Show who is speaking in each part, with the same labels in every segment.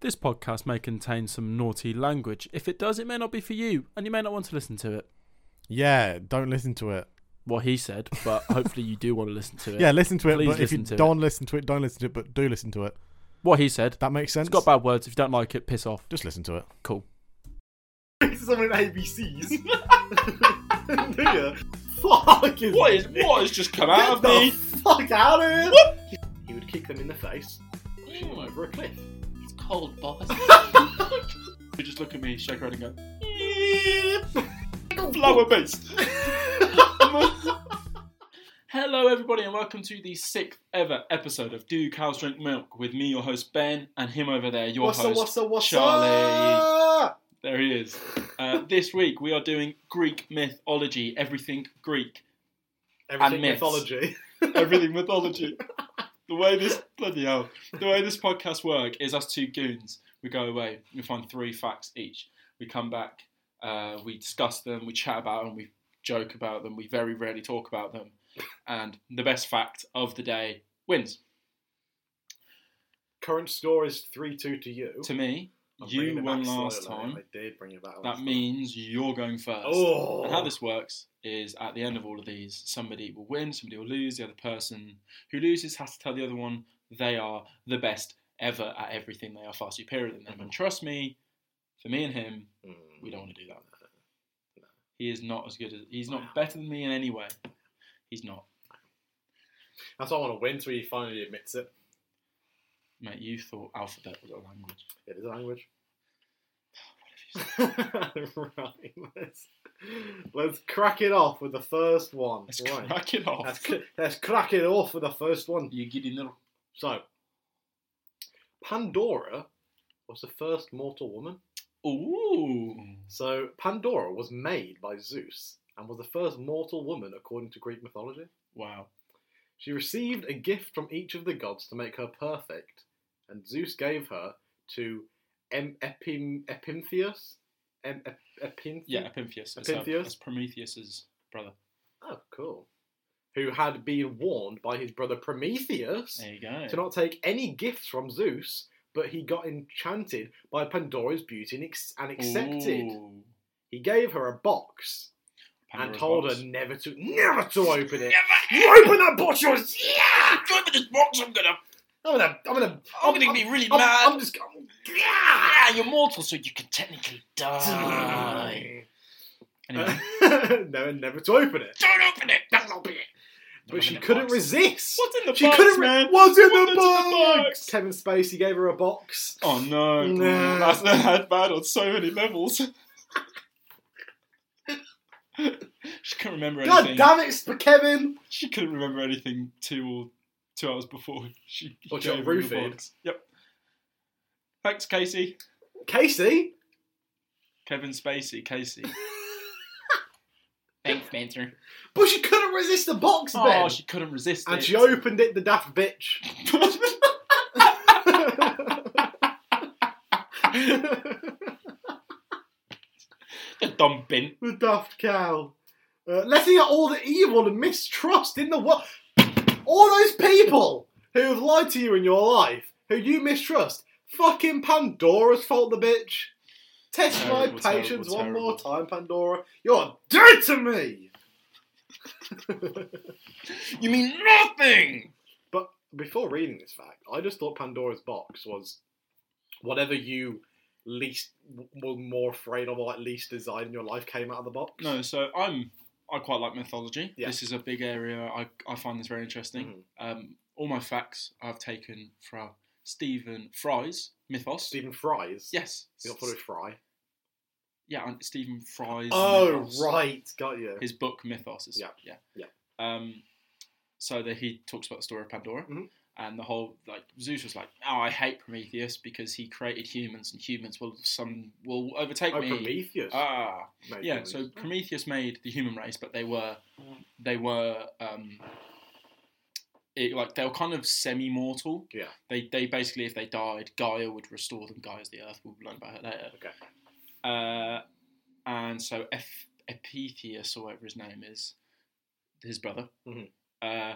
Speaker 1: This podcast may contain some naughty language. If it does, it may not be for you, and you may not want to listen to it.
Speaker 2: Yeah, don't listen to it.
Speaker 1: What he said, but hopefully you do want to listen to it.
Speaker 2: Yeah, listen to it.
Speaker 1: Please
Speaker 2: but if you
Speaker 1: listen to it.
Speaker 2: don't listen to it, don't listen to it. But do listen to it.
Speaker 1: What he said.
Speaker 2: That makes sense.
Speaker 1: It's got bad words. If you don't like it, piss off.
Speaker 2: Just listen to it.
Speaker 1: Cool.
Speaker 3: Someone at ABC's. Do you? Fucking.
Speaker 4: What is what has just come
Speaker 3: Get
Speaker 4: out of me?
Speaker 3: the fuck out of here! He would kick them in the face. push them
Speaker 4: Mm,
Speaker 3: over a cliff.
Speaker 4: It's cold, boss. you just look at me, shake her head, and go. Flower based. Hello, everybody, and welcome to the sixth ever episode of Do Cows Drink Milk with me, your host Ben, and him over there, your
Speaker 3: What's up?
Speaker 4: host
Speaker 3: What's up? What's
Speaker 4: Charlie.
Speaker 3: up?
Speaker 4: There he is. Uh, this week we are doing Greek mythology, everything Greek,
Speaker 3: Everything
Speaker 4: myths.
Speaker 3: mythology.
Speaker 4: everything mythology. The way this bloody hell, the way this podcast work is us two goons. We go away, we find three facts each. We come back, uh, we discuss them, we chat about them, we joke about them, we very rarely talk about them, and the best fact of the day wins.
Speaker 3: Current score is three two to you.
Speaker 4: To me,
Speaker 3: I'm bringing
Speaker 4: you
Speaker 3: it
Speaker 4: won
Speaker 3: back
Speaker 4: last
Speaker 3: slowly.
Speaker 4: time.
Speaker 3: I did bring it back. last
Speaker 4: That
Speaker 3: time.
Speaker 4: means you're going first.
Speaker 3: Oh.
Speaker 4: And how this works is at the end of all of these, somebody will win, somebody will lose. The other person who loses has to tell the other one they are the best ever at everything. They are far superior than them. And trust me, for me and him,
Speaker 3: Mm.
Speaker 4: we don't want to do that. He is not as good as he's not
Speaker 3: Wow.
Speaker 4: better than me in any way. He's not,
Speaker 3: That's why I want to win. So he finally admits it.
Speaker 4: mate. You thought alphabet was a language.
Speaker 3: It is a language. right, let's, let's crack it off with the first one.
Speaker 4: Let's
Speaker 3: right.
Speaker 4: crack it off.
Speaker 3: Let's, cr- let's crack it off with the first one.
Speaker 4: you giddy little.
Speaker 3: So, Pandora was the first mortal woman.
Speaker 4: Ooh.
Speaker 3: So, Pandora was made by Zeus and was the first mortal woman according to Greek mythology.
Speaker 4: Wow.
Speaker 3: She received a gift from each of the gods to make her perfect, and Zeus gave her to em- Epim- Epimetheus. Em- Ep- Epinthe-
Speaker 4: Yeah, Epimetheus. That's, uh,
Speaker 3: Epimetheus?
Speaker 4: that's Prometheus's brother.
Speaker 3: Oh, cool. Who had been warned by his brother Prometheus
Speaker 4: There you go.
Speaker 3: to not take any gifts from Zeus, but he got enchanted by Pandora's beauty and, ex- and accepted.
Speaker 4: Ooh.
Speaker 3: He gave her a box and
Speaker 4: Pandora's
Speaker 3: told
Speaker 4: box.
Speaker 3: her never to, never to open it.
Speaker 4: Never
Speaker 3: You open that box, you're yeah!
Speaker 4: Go with this box. I'm gonna,
Speaker 3: I'm gonna, I'm gonna,
Speaker 4: I'm gonna be really
Speaker 3: I'm,
Speaker 4: mad.
Speaker 3: I'm just, I'm, yeah!
Speaker 4: Ah, you're mortal, so you can technically die. Anyway,
Speaker 3: no, and never to open it.
Speaker 4: Uh, don't open it. Don't open it.
Speaker 3: But she couldn't
Speaker 4: resist.
Speaker 3: resist.
Speaker 4: What's in the
Speaker 3: She
Speaker 4: box,
Speaker 3: couldn't. re-
Speaker 4: man?
Speaker 3: What's in
Speaker 4: What's
Speaker 3: the
Speaker 4: in the
Speaker 3: box?
Speaker 4: box?
Speaker 3: Kevin Spacey gave her a box.
Speaker 4: Oh no,
Speaker 3: Nah.
Speaker 4: that's not bad on so many levels. she couldn't remember
Speaker 3: God
Speaker 4: anything.
Speaker 3: damn it, Sp- Kevin!
Speaker 4: She couldn't remember anything two or two hours before she
Speaker 3: What,
Speaker 4: gave
Speaker 3: you
Speaker 4: her the
Speaker 3: roofied?
Speaker 4: box. Yep. Thanks, Casey.
Speaker 3: Casey,
Speaker 4: Kevin Spacey, Casey. Thanks, Spencer.
Speaker 3: But she couldn't resist the box,
Speaker 4: Oh,
Speaker 3: Ben.
Speaker 4: she couldn't resist
Speaker 3: and
Speaker 4: it.
Speaker 3: she opened it, the daft bitch.
Speaker 4: the dumb bint.
Speaker 3: the daft cow. Uh, letting out all the evil and mistrust in the world. All those people who have lied to you in your life, who you mistrust. Fucking Pandora's fault, the bitch. Test my
Speaker 4: Terrible,
Speaker 3: patience
Speaker 4: terrible,
Speaker 3: one more time, Pandora. You're dead to me!
Speaker 4: You mean nothing.
Speaker 3: But before reading this fact, I just thought Pandora's box was whatever you least were more afraid of or like least desired in your life came out of the box.
Speaker 4: No, so I'm. I quite like mythology.
Speaker 3: Yeah. Mm-hmm.
Speaker 4: This is a big area. I, I find this very
Speaker 3: Hmm.
Speaker 4: interesting. Um, all my facts I've taken from Stephen Fry's Mythos.
Speaker 3: Stephen Fry's.
Speaker 4: Yes.
Speaker 3: You got thought it was Fry.
Speaker 4: Yeah, and Stephen Fry's.
Speaker 3: Oh
Speaker 4: Mythos.
Speaker 3: right, got you.
Speaker 4: his book Mythos. Is,
Speaker 3: Yeah.
Speaker 4: yeah,
Speaker 3: Yeah.
Speaker 4: Um, so that he talks about the story of Pandora
Speaker 3: Mhm.
Speaker 4: and the whole like Zeus was like, "Oh, I hate Prometheus because he created humans, and humans will some will overtake
Speaker 3: Oh,
Speaker 4: me."
Speaker 3: Prometheus.
Speaker 4: Ah,
Speaker 3: No,
Speaker 4: yeah.
Speaker 3: Prometheus.
Speaker 4: So Prometheus made the human race, but they were they were um, it, like they were kind of semi-mortal.
Speaker 3: Yeah.
Speaker 4: They they basically if they died, Gaia would restore them. Gaia's the Earth. We'll learn about her later.
Speaker 3: Okay.
Speaker 4: Uh, and so Eph- Epitheus or whatever his name is, his brother.
Speaker 3: Mhm.
Speaker 4: Uh,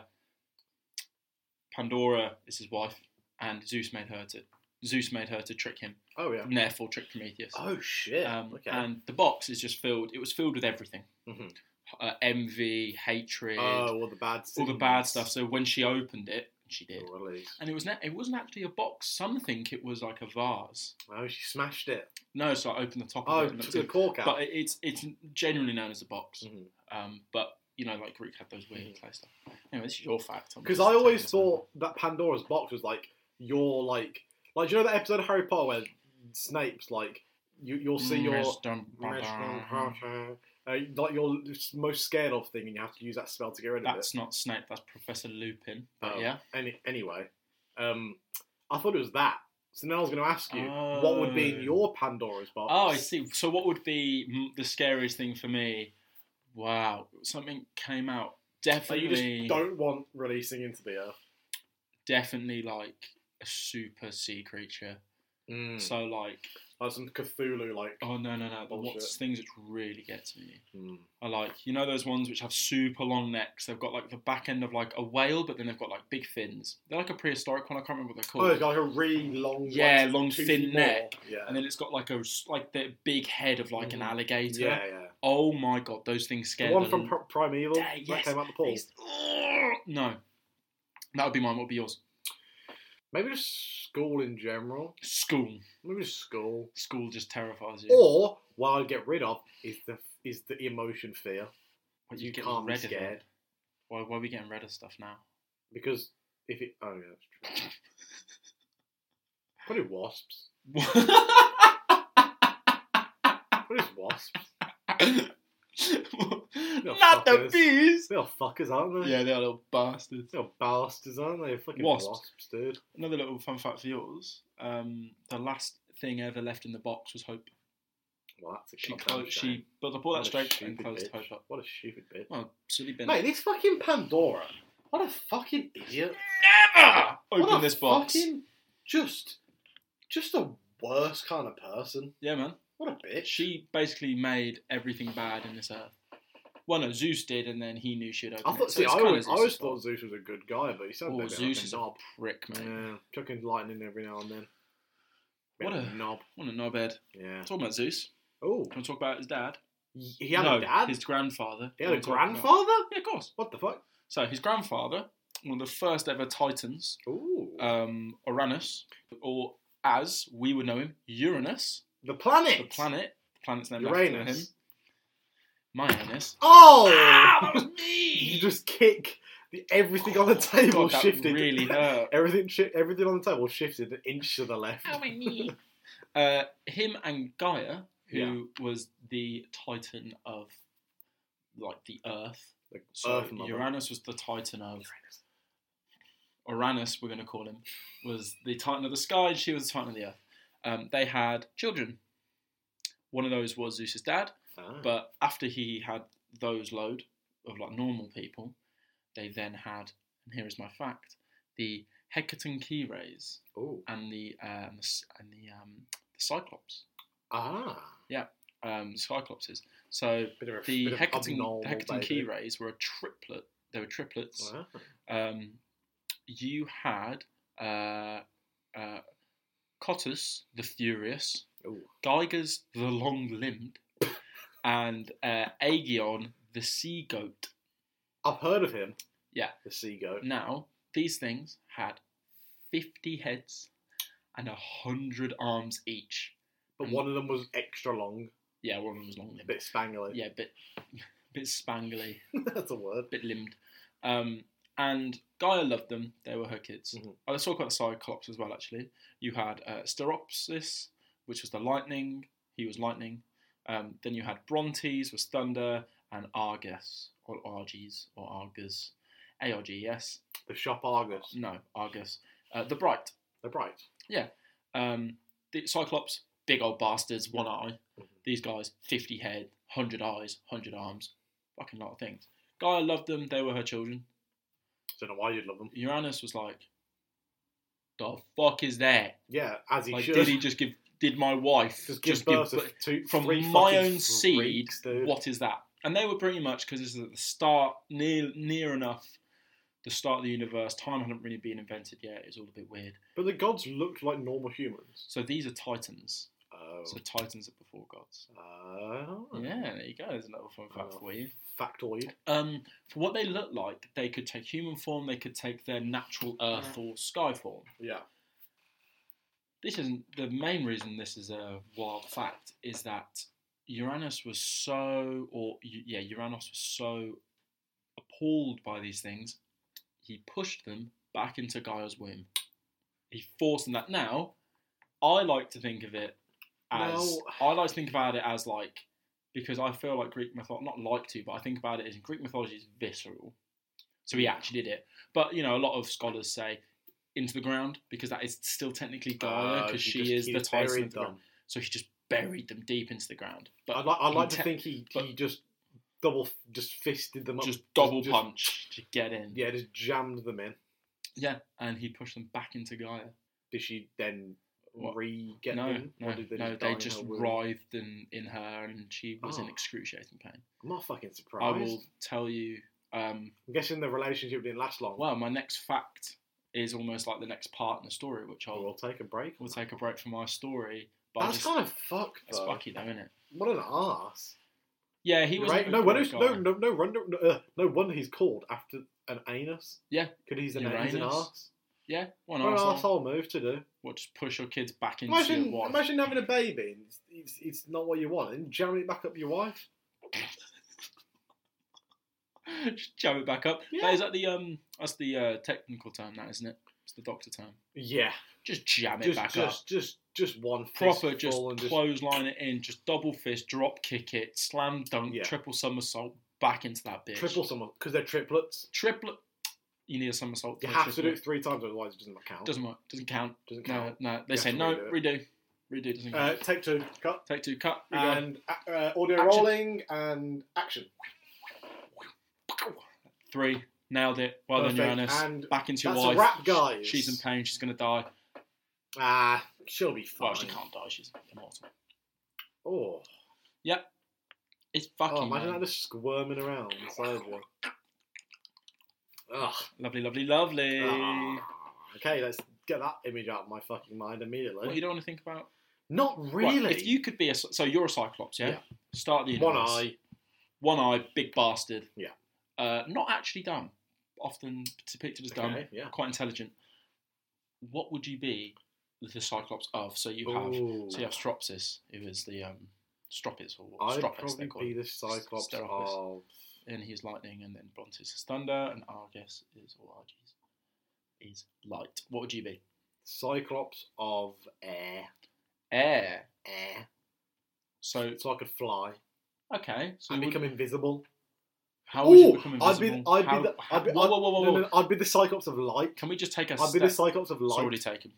Speaker 4: Pandora is his wife, and Zeus made her to Zeus made her to trick him,
Speaker 3: Oh yeah.
Speaker 4: and therefore trick Prometheus.
Speaker 3: Oh shit.
Speaker 4: Um,
Speaker 3: okay.
Speaker 4: And the box is just filled. It was filled with everything:
Speaker 3: Mhm.
Speaker 4: uh, envy, hatred,
Speaker 3: oh, all the bad.
Speaker 4: all the bad
Speaker 3: scenes.
Speaker 4: stuff. So when she opened it, she did,
Speaker 3: Or release.
Speaker 4: and it was ne- it wasn't actually a box. Some think it was like a vase.
Speaker 3: Oh, she smashed it.
Speaker 4: No, so I opened the top
Speaker 3: Oh,
Speaker 4: of it. and
Speaker 3: took
Speaker 4: looked
Speaker 3: the
Speaker 4: in.
Speaker 3: cork out.
Speaker 4: But it- it's it's generally known as a box.
Speaker 3: Mhm.
Speaker 4: Um, but you know, like Greek had those weird clay stuff. Anyway, this is your fact. I'm
Speaker 3: Because
Speaker 4: just
Speaker 3: Mm-hmm. I always
Speaker 4: taking this one.
Speaker 3: thought that Pandora's box was like your like like you know that episode of Harry Potter where Snape's like you you'll
Speaker 4: Mm,
Speaker 3: see your
Speaker 4: Mr. Baba.
Speaker 3: uh, like your most scared of thing and you have to use that spell to get rid of
Speaker 4: That's not Snape. That's Professor Lupin. But
Speaker 3: Oh.
Speaker 4: yeah,
Speaker 3: it. Any, anyway, um, I thought it was that. So now I was going to ask you what would be in
Speaker 4: Oh.
Speaker 3: your Pandora's box.
Speaker 4: Oh, I see. So, what would be mm, the scariest thing for me? Wow, something came out.
Speaker 3: Like, you
Speaker 4: Definitely,
Speaker 3: just don't want releasing into the earth.
Speaker 4: definitely like a super sea creature.
Speaker 3: Hmm.
Speaker 4: So, like,
Speaker 3: Like some Cthulhu like.
Speaker 4: Mm. oh no, no, no. The
Speaker 3: Bullshit.
Speaker 4: what's things that really gets me
Speaker 3: Mm.
Speaker 4: are like you know those ones which have super long necks. They've got like the back end of like a whale, but then they've got like big fins. They're like a prehistoric one. I can't remember what they're
Speaker 3: Oh,
Speaker 4: called.
Speaker 3: it's got like a really long, like,
Speaker 4: Yeah, long,
Speaker 3: toothy
Speaker 4: thin
Speaker 3: maw.
Speaker 4: neck.
Speaker 3: Yeah.
Speaker 4: and then it's got like a s- like the big head of like an
Speaker 3: Mhm.
Speaker 4: alligator.
Speaker 3: yeah, yeah.
Speaker 4: Oh my god, those things scare
Speaker 3: The one
Speaker 4: the
Speaker 3: from Pri- Primeval
Speaker 4: Yeah, yes.
Speaker 3: that came out the pool.
Speaker 4: He's- Ugh. No. That would be mine. What would be yours?
Speaker 3: Maybe just school in general.
Speaker 4: School.
Speaker 3: Maybe just school.
Speaker 4: School just terrifies you.
Speaker 3: Or what I'd get rid of is the is the emotion fear
Speaker 4: But
Speaker 3: you
Speaker 4: get
Speaker 3: can't be
Speaker 4: rid of it.
Speaker 3: scared.
Speaker 4: Why, why are we getting rid of stuff now?
Speaker 3: because if it oh yeah, that's true. What is wasps? What is wasps?
Speaker 4: Not the
Speaker 3: fuckers.
Speaker 4: bees!
Speaker 3: They are fuckers, aren't they?
Speaker 4: Yeah, they are little bastards.
Speaker 3: They are bastards, aren't they? Fucking
Speaker 4: Wasps.
Speaker 3: wasps, dude.
Speaker 4: Another little fun fact for yours. Um, the last thing ever left in the box was hope.
Speaker 3: Well, that's a
Speaker 4: She
Speaker 3: goddamn
Speaker 4: closed.
Speaker 3: shame.
Speaker 4: She, but I bought
Speaker 3: What
Speaker 4: that
Speaker 3: a
Speaker 4: straight and
Speaker 3: stupid
Speaker 4: closed
Speaker 3: bitch.
Speaker 4: hope up.
Speaker 3: What a stupid bitch.
Speaker 4: Well, silly bin.
Speaker 3: Mate, this fucking Pandora. What a fucking idiot.
Speaker 4: never
Speaker 3: What
Speaker 4: open
Speaker 3: a
Speaker 4: this box.
Speaker 3: Fucking, just, just the worst kind of person.
Speaker 4: Yeah, man.
Speaker 3: What a bitch.
Speaker 4: She basically made everything bad in this earth. Well, no, Zeus did, and then he knew she'd open
Speaker 3: I
Speaker 4: it.
Speaker 3: thought.
Speaker 4: So
Speaker 3: See,
Speaker 4: it's
Speaker 3: I
Speaker 4: kinda
Speaker 3: always, I
Speaker 4: Zeus's
Speaker 3: always
Speaker 4: fault.
Speaker 3: thought Zeus was a good guy, but he sounds
Speaker 4: Well,
Speaker 3: like a bit
Speaker 4: Zeus
Speaker 3: like
Speaker 4: is
Speaker 3: a
Speaker 4: a
Speaker 3: knob.
Speaker 4: prick, mate.
Speaker 3: Yeah, chucking lightning every now and then. Bit
Speaker 4: What
Speaker 3: of
Speaker 4: a-
Speaker 3: knob.
Speaker 4: What a knobhead.
Speaker 3: Yeah.
Speaker 4: Talking about Zeus,
Speaker 3: Oh,
Speaker 4: can we talk about his dad?
Speaker 3: he had
Speaker 4: no,
Speaker 3: a dad.
Speaker 4: His grandfather.
Speaker 3: he had a
Speaker 4: Wanna talk about-
Speaker 3: grandfather.
Speaker 4: Yeah, of course.
Speaker 3: What the fuck?
Speaker 4: So his grandfather, one of the first ever Titans,
Speaker 3: Ooh,
Speaker 4: um, Uranus, or as we would know him, Uranus,
Speaker 3: the planet.
Speaker 4: the planet. The planet's named after him.
Speaker 3: Uranus.
Speaker 4: My Uranus.
Speaker 3: Oh,
Speaker 4: Ah, that was
Speaker 3: you
Speaker 4: me!
Speaker 3: just kick the everything on the table
Speaker 4: Oh, God, that
Speaker 3: shifted.
Speaker 4: really hurt.
Speaker 3: everything, shi everything on the table shifted an inch to the left.
Speaker 4: Uh, him and Gaia, who
Speaker 3: Yeah.
Speaker 4: was the titan of like the Earth.
Speaker 3: The
Speaker 4: So
Speaker 3: Earth Mother.
Speaker 4: Uranus was the titan of Uranus. We're going to call him was the titan of the sky, and she was the titan of the Earth. Um, they had children. One of those was Zeus's dad,
Speaker 3: Ah.
Speaker 4: but after he had those load of like normal people, they then had, and here is my fact, the Hecatonchires
Speaker 3: Ooh.
Speaker 4: and the um, s- and the um, the Cyclops,
Speaker 3: Ah.
Speaker 4: um, Cyclopses. So
Speaker 3: Bit of a,
Speaker 4: the
Speaker 3: bit of
Speaker 4: Hecaton,
Speaker 3: abnormal
Speaker 4: the Hecaton
Speaker 3: baby.
Speaker 4: key rays were a triplet. They were triplets.
Speaker 3: Wow.
Speaker 4: Um, you had uh, uh, Cottus the Furious,
Speaker 3: Ooh.
Speaker 4: Geiger's the Long Limbed, and uh, Aegeon the Sea Goat.
Speaker 3: I've heard of him.
Speaker 4: Yeah. Mm,
Speaker 3: The sea goat.
Speaker 4: Now these things had fifty heads and hundred arms each.
Speaker 3: But
Speaker 4: Mm.
Speaker 3: one of them was extra long,
Speaker 4: Yeah, one of them was long
Speaker 3: a
Speaker 4: limbed.
Speaker 3: bit spangly.
Speaker 4: Yeah, bit bit spangly.
Speaker 3: That's a word.
Speaker 4: bit limbed. Um, and Gaia loved them. They were her kids.
Speaker 3: Mhm.
Speaker 4: Oh, let's talk about the Cyclops as well, actually. You had uh, Steropsis, which was the lightning. He was lightning. Um, then you had Brontes, was thunder, and Argus, or Arges, or Argus. A-R-G-E-S.
Speaker 3: The shop Argus.
Speaker 4: E No, Argus. Uh, the Bright.
Speaker 3: They're bright.
Speaker 4: Um, the Cyclops, big old bastards, one eye.
Speaker 3: Mhm.
Speaker 4: These guys, 50 head, 100 eyes, 100 arms. Fucking lot of things. Gaia loved them. They were her children.
Speaker 3: Don't know why you'd love them.
Speaker 4: Uranus was like, "The fuck is that?
Speaker 3: Yeah, as he
Speaker 4: Like,
Speaker 3: should.
Speaker 4: did he just give? Did my wife
Speaker 3: just
Speaker 4: just,
Speaker 3: give birth
Speaker 4: give
Speaker 3: to two,
Speaker 4: from
Speaker 3: three
Speaker 4: my
Speaker 3: fucking
Speaker 4: own seed?
Speaker 3: freaks, dude.
Speaker 4: What is that?" And they were pretty much because this is at the start, near near enough the start of the universe. Time hadn't really been invented yet. It's all a bit weird.
Speaker 3: But the gods looked like normal humans.
Speaker 4: So these are titans.
Speaker 3: Oh.
Speaker 4: So titans are before gods.
Speaker 3: Oh.
Speaker 4: Yeah, there you go. There's another fun fact for you.
Speaker 3: Factoid.
Speaker 4: Um, for what they look like, they could take human form. They could take their natural Earth or sky form.
Speaker 3: Yeah.
Speaker 4: this isn't the main reason this is a wild fact is that Uranus was so or U- yeah Uranus was so appalled by these things he pushed them back into Gaia's womb he forced them that now I like to think of it as I like to think about it as like because I feel like Greek mythology not like to but I think about it as in Greek mythology is visceral so he actually did it but you know a lot of scholars say into the ground because that is still technically Gaia
Speaker 3: Uh,
Speaker 4: because
Speaker 3: he
Speaker 4: she
Speaker 3: just-
Speaker 4: is
Speaker 3: he
Speaker 4: the
Speaker 3: just
Speaker 4: Titan
Speaker 3: buried
Speaker 4: of the ground.
Speaker 3: them.
Speaker 4: So he just buried them deep into the ground. But
Speaker 3: I'd like, I'd like
Speaker 4: he
Speaker 3: to think he,
Speaker 4: but-
Speaker 3: he just double just fisted them up.
Speaker 4: just double
Speaker 3: just-
Speaker 4: punch to get in.
Speaker 3: Yeah, just jammed them in.
Speaker 4: Yeah, and he pushed them back into Gaia.
Speaker 3: Did she then
Speaker 4: What?
Speaker 3: re get
Speaker 4: no,
Speaker 3: them?
Speaker 4: no,
Speaker 3: did
Speaker 4: no,
Speaker 3: die
Speaker 4: they
Speaker 3: in
Speaker 4: just
Speaker 3: her womb?
Speaker 4: writhed in, in her, and she was in
Speaker 3: Oh.
Speaker 4: excruciating pain.
Speaker 3: I'm not fucking
Speaker 4: I
Speaker 3: surprised.
Speaker 4: will tell you. Um,
Speaker 3: I'm guessing the relationship didn't last long.
Speaker 4: well, my next fact is almost like the next part in the story, which
Speaker 3: we'll
Speaker 4: I'll
Speaker 3: take a break.
Speaker 4: we'll take a break from my story. But I'll
Speaker 3: That's
Speaker 4: just,
Speaker 3: kind of fucked.
Speaker 4: that's
Speaker 3: though.
Speaker 4: fucky though, isn't it?
Speaker 3: What an ass.
Speaker 4: Yeah, he was
Speaker 3: right?
Speaker 4: a
Speaker 3: No,
Speaker 4: good
Speaker 3: wonder, no,
Speaker 4: guy.
Speaker 3: no, no wonder, no, uh, no wonder he's called after an anus.
Speaker 4: Yeah.
Speaker 3: could he's an,
Speaker 4: Uranus.
Speaker 3: he's an ass.
Speaker 4: Yeah, one
Speaker 3: What an
Speaker 4: arsehole.
Speaker 3: arsehole move to do.
Speaker 4: What, just push your kids back into
Speaker 3: Imagine,
Speaker 4: your wife.
Speaker 3: imagine having a baby. And it's, it's it's not what you want, and jamming it back up your wife.
Speaker 4: just jam it back up.
Speaker 3: Yeah.
Speaker 4: That is that the um that's the uh, technical term that isn't it? It's the doctor term.
Speaker 3: Yeah,
Speaker 4: Just jam it
Speaker 3: just
Speaker 4: back up.
Speaker 3: just, just just one
Speaker 4: Proper
Speaker 3: fistful
Speaker 4: just
Speaker 3: and just
Speaker 4: clothesline it in, just double fist, drop kick it, slam dunk,
Speaker 3: Yeah.
Speaker 4: triple somersault back into that bitch.
Speaker 3: triple someone because they're triplets.
Speaker 4: triplet you need a somersault.
Speaker 3: You
Speaker 4: for a
Speaker 3: have to do
Speaker 4: triplet.
Speaker 3: it three times, otherwise it doesn't count.
Speaker 4: Doesn't work, doesn't count.
Speaker 3: Doesn't
Speaker 4: No,
Speaker 3: count.
Speaker 4: no. They
Speaker 3: You
Speaker 4: say
Speaker 3: have to
Speaker 4: no,
Speaker 3: redo
Speaker 4: redo. Redo doesn't
Speaker 3: Uh,
Speaker 4: count.
Speaker 3: take two, cut,
Speaker 4: Take two, cut. and-
Speaker 3: and uh, uh, audio
Speaker 4: action.
Speaker 3: rolling and action.
Speaker 4: Three. Nailed it. Well
Speaker 3: Perfect.
Speaker 4: done, Uranus.
Speaker 3: And
Speaker 4: back into your
Speaker 3: that's a
Speaker 4: wife.
Speaker 3: wrap, guys.
Speaker 4: She's in pain. She's going to die.
Speaker 3: Ah, she'll be fine.
Speaker 4: Well, she can't die. She's immortal.
Speaker 3: Oh,
Speaker 4: It's fucking uh,
Speaker 3: oh imagine
Speaker 4: man.
Speaker 3: that just squirming around inside of you. Ugh.
Speaker 4: lovely, lovely, lovely.
Speaker 3: Ah. Okay, let's get that image out of my fucking mind immediately.
Speaker 4: What you don't want to think about?
Speaker 3: Not
Speaker 4: Right,
Speaker 3: really.
Speaker 4: if you could be a so you're a cyclops, yeah.
Speaker 3: Yeah.
Speaker 4: Start the
Speaker 3: One
Speaker 4: universe.
Speaker 3: eye.
Speaker 4: one eye, big bastard.
Speaker 3: Yeah.
Speaker 4: Uh, not actually dumb. Often depicted as dumb.
Speaker 3: Okay, yeah.
Speaker 4: Quite intelligent. What would you be the cyclops of? So you have
Speaker 3: Ooh.
Speaker 4: so you have Stropsis, who is the um, Stropis or
Speaker 3: I'd
Speaker 4: Stropis they
Speaker 3: probably
Speaker 4: call
Speaker 3: be
Speaker 4: him.
Speaker 3: the Cyclops
Speaker 4: Steropus.
Speaker 3: of.
Speaker 4: and he's lightning, and then Brontes is thunder, and Argus is or Argus is light. What would you be?
Speaker 3: Cyclops of air.
Speaker 4: Air.
Speaker 3: Air.
Speaker 4: So
Speaker 3: So I could fly
Speaker 4: okay, so
Speaker 3: and
Speaker 4: you
Speaker 3: become
Speaker 4: would,
Speaker 3: invisible.
Speaker 4: how would you
Speaker 3: Ooh,
Speaker 4: become
Speaker 3: I'd be-
Speaker 4: invisible?
Speaker 3: I'd be
Speaker 4: How-
Speaker 3: the-
Speaker 4: how-
Speaker 3: I'd be-
Speaker 4: whoa, whoa, whoa, whoa,
Speaker 3: No,
Speaker 4: whoa.
Speaker 3: no, no, I'd be the Cyclops of light.
Speaker 4: Can we just take a
Speaker 3: I'd be
Speaker 4: step?
Speaker 3: the Cyclops of
Speaker 4: it's
Speaker 3: light.
Speaker 4: already taken.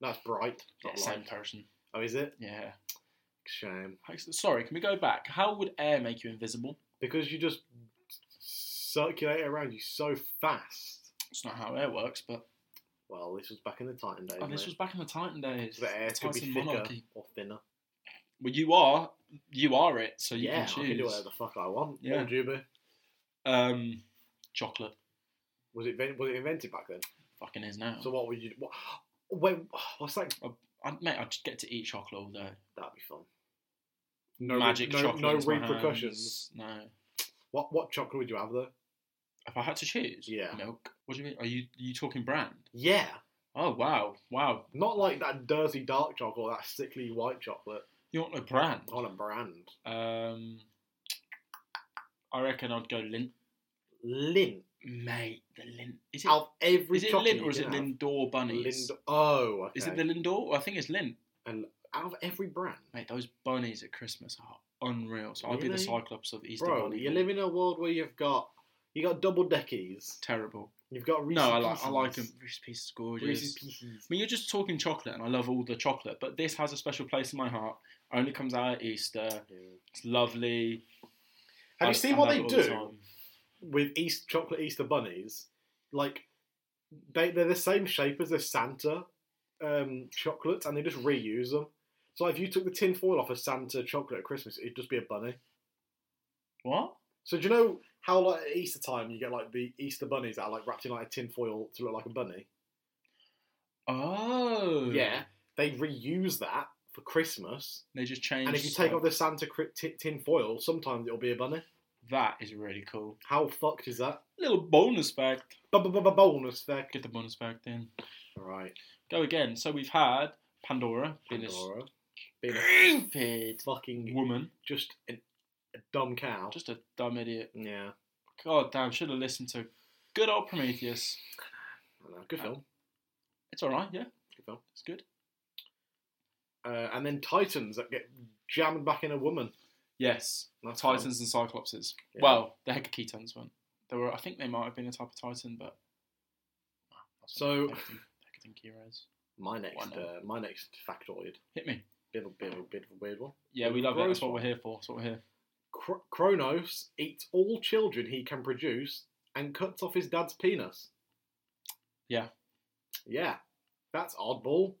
Speaker 3: That's bright.
Speaker 4: Yeah,
Speaker 3: Not
Speaker 4: same
Speaker 3: light.
Speaker 4: person.
Speaker 3: Oh, is it?
Speaker 4: Yeah.
Speaker 3: Shame.
Speaker 4: Sorry, can we go back? How would air make you invisible?
Speaker 3: because you just circulate it around you so fast.
Speaker 4: It's not how air works, but
Speaker 3: Well, this was back in the Titan days.
Speaker 4: and Oh, this was
Speaker 3: mate.
Speaker 4: back in the Titan days.
Speaker 3: so the air could be
Speaker 4: Titan
Speaker 3: thicker
Speaker 4: monarchy.
Speaker 3: or thinner.
Speaker 4: Well, you are, you are it, so you
Speaker 3: yeah,
Speaker 4: can choose.
Speaker 3: I can do whatever the fuck I want.
Speaker 4: Yeah.
Speaker 3: Yeah. What would you be?
Speaker 4: Um, chocolate
Speaker 3: Was it ven- was it invented back then?
Speaker 4: fucking is now.
Speaker 3: So what would you? What, wait, what's that?
Speaker 4: I, mate, I just get to eat chocolate all day.
Speaker 3: That'd be fun. No re-
Speaker 4: Magic
Speaker 3: no,
Speaker 4: chocolate.
Speaker 3: No
Speaker 4: into my
Speaker 3: repercussions.
Speaker 4: hands. No.
Speaker 3: What what chocolate would you have though?
Speaker 4: If I had to choose,
Speaker 3: Yeah.
Speaker 4: milk. What do you mean? Are you you talking brand?
Speaker 3: Yeah,
Speaker 4: Oh wow, wow.
Speaker 3: not like that dirty dark chocolate, that sickly white chocolate
Speaker 4: You want a brand?
Speaker 3: on a brand.
Speaker 4: Um, I reckon I'd go Lint.
Speaker 3: Lint
Speaker 4: Mate, the Lint. Is it,
Speaker 3: out of every
Speaker 4: is it
Speaker 3: chocolate
Speaker 4: Lint or
Speaker 3: you
Speaker 4: is
Speaker 3: can
Speaker 4: it
Speaker 3: have.
Speaker 4: Lindor bunnies?
Speaker 3: Lind- oh, okay.
Speaker 4: Is it the Lindor? I think it's Lint.
Speaker 3: out of every brand?
Speaker 4: Mate, those bunnies at Christmas are unreal. So I'd be the
Speaker 3: Really?
Speaker 4: Cyclops of Easter
Speaker 3: Bro,
Speaker 4: Bunny.
Speaker 3: you live in a world where you've got you got double deckies.
Speaker 4: Terrible.
Speaker 3: You've got Reese's
Speaker 4: no, I like I
Speaker 3: Pieces.
Speaker 4: like them. Reese's Pieces, gorgeous.
Speaker 3: Reese's Pieces.
Speaker 4: I mean, you're just talking chocolate, and I love all the chocolate, but this has a special place in my heart. Only comes out at Easter. It's lovely. I-
Speaker 3: Have you seen
Speaker 4: I
Speaker 3: what
Speaker 4: love
Speaker 3: they
Speaker 4: it all the
Speaker 3: do
Speaker 4: time.
Speaker 3: with East chocolate Easter bunnies? Like they they're the same shape as the Santa um, chocolates, and they just reuse them. So if you took the tin foil off a Santa chocolate at Christmas, it'd just be a bunny.
Speaker 4: What?
Speaker 3: So do you know how like at Easter time you get like the Easter bunnies that are like wrapped in like a tin foil to look like a bunny.
Speaker 4: Oh.
Speaker 3: Yeah, they reuse that for Christmas,
Speaker 4: They just changed.
Speaker 3: and if you take
Speaker 4: stuff.
Speaker 3: off the Santa cri- ti- tin foil, sometimes it'll be a bunny.
Speaker 4: That is really cool.
Speaker 3: How fucked is that?
Speaker 4: Little bonus fact.
Speaker 3: Bonus fact.
Speaker 4: Get the bonus fact in.
Speaker 3: Right,
Speaker 4: Go again. So we've had Pandora, being a
Speaker 3: Pandora, being a
Speaker 4: stupid
Speaker 3: fucking
Speaker 4: woman,
Speaker 3: just a, a dumb cow.
Speaker 4: just a dumb idiot.
Speaker 3: yeah,
Speaker 4: God damn, should have listened to good old Prometheus.
Speaker 3: I know.
Speaker 4: Uh,
Speaker 3: good film.
Speaker 4: It's all right, yeah,
Speaker 3: Good film.
Speaker 4: it's good.
Speaker 3: Uh, and then Titans that get jammed back in a woman.
Speaker 4: Yes,
Speaker 3: That's fun.
Speaker 4: Titans and Cyclopses.
Speaker 3: Yeah.
Speaker 4: Well, the Hecatons weren't. There were, I think they might have been a type of Titan, but
Speaker 3: So-
Speaker 4: Hecaton Hecaton heroes.
Speaker 3: My next,
Speaker 4: Why not?
Speaker 3: uh, my next factoid.
Speaker 4: Hit me.
Speaker 3: Bit of, bit of, bit of a weird one.
Speaker 4: Yeah, we love it. That's
Speaker 3: Gross
Speaker 4: what we're here for. That's what we're here.
Speaker 3: Cro- Kronos eats all children he can produce and cuts off his dad's penis.
Speaker 4: Yeah.
Speaker 3: Yeah, that's oddball.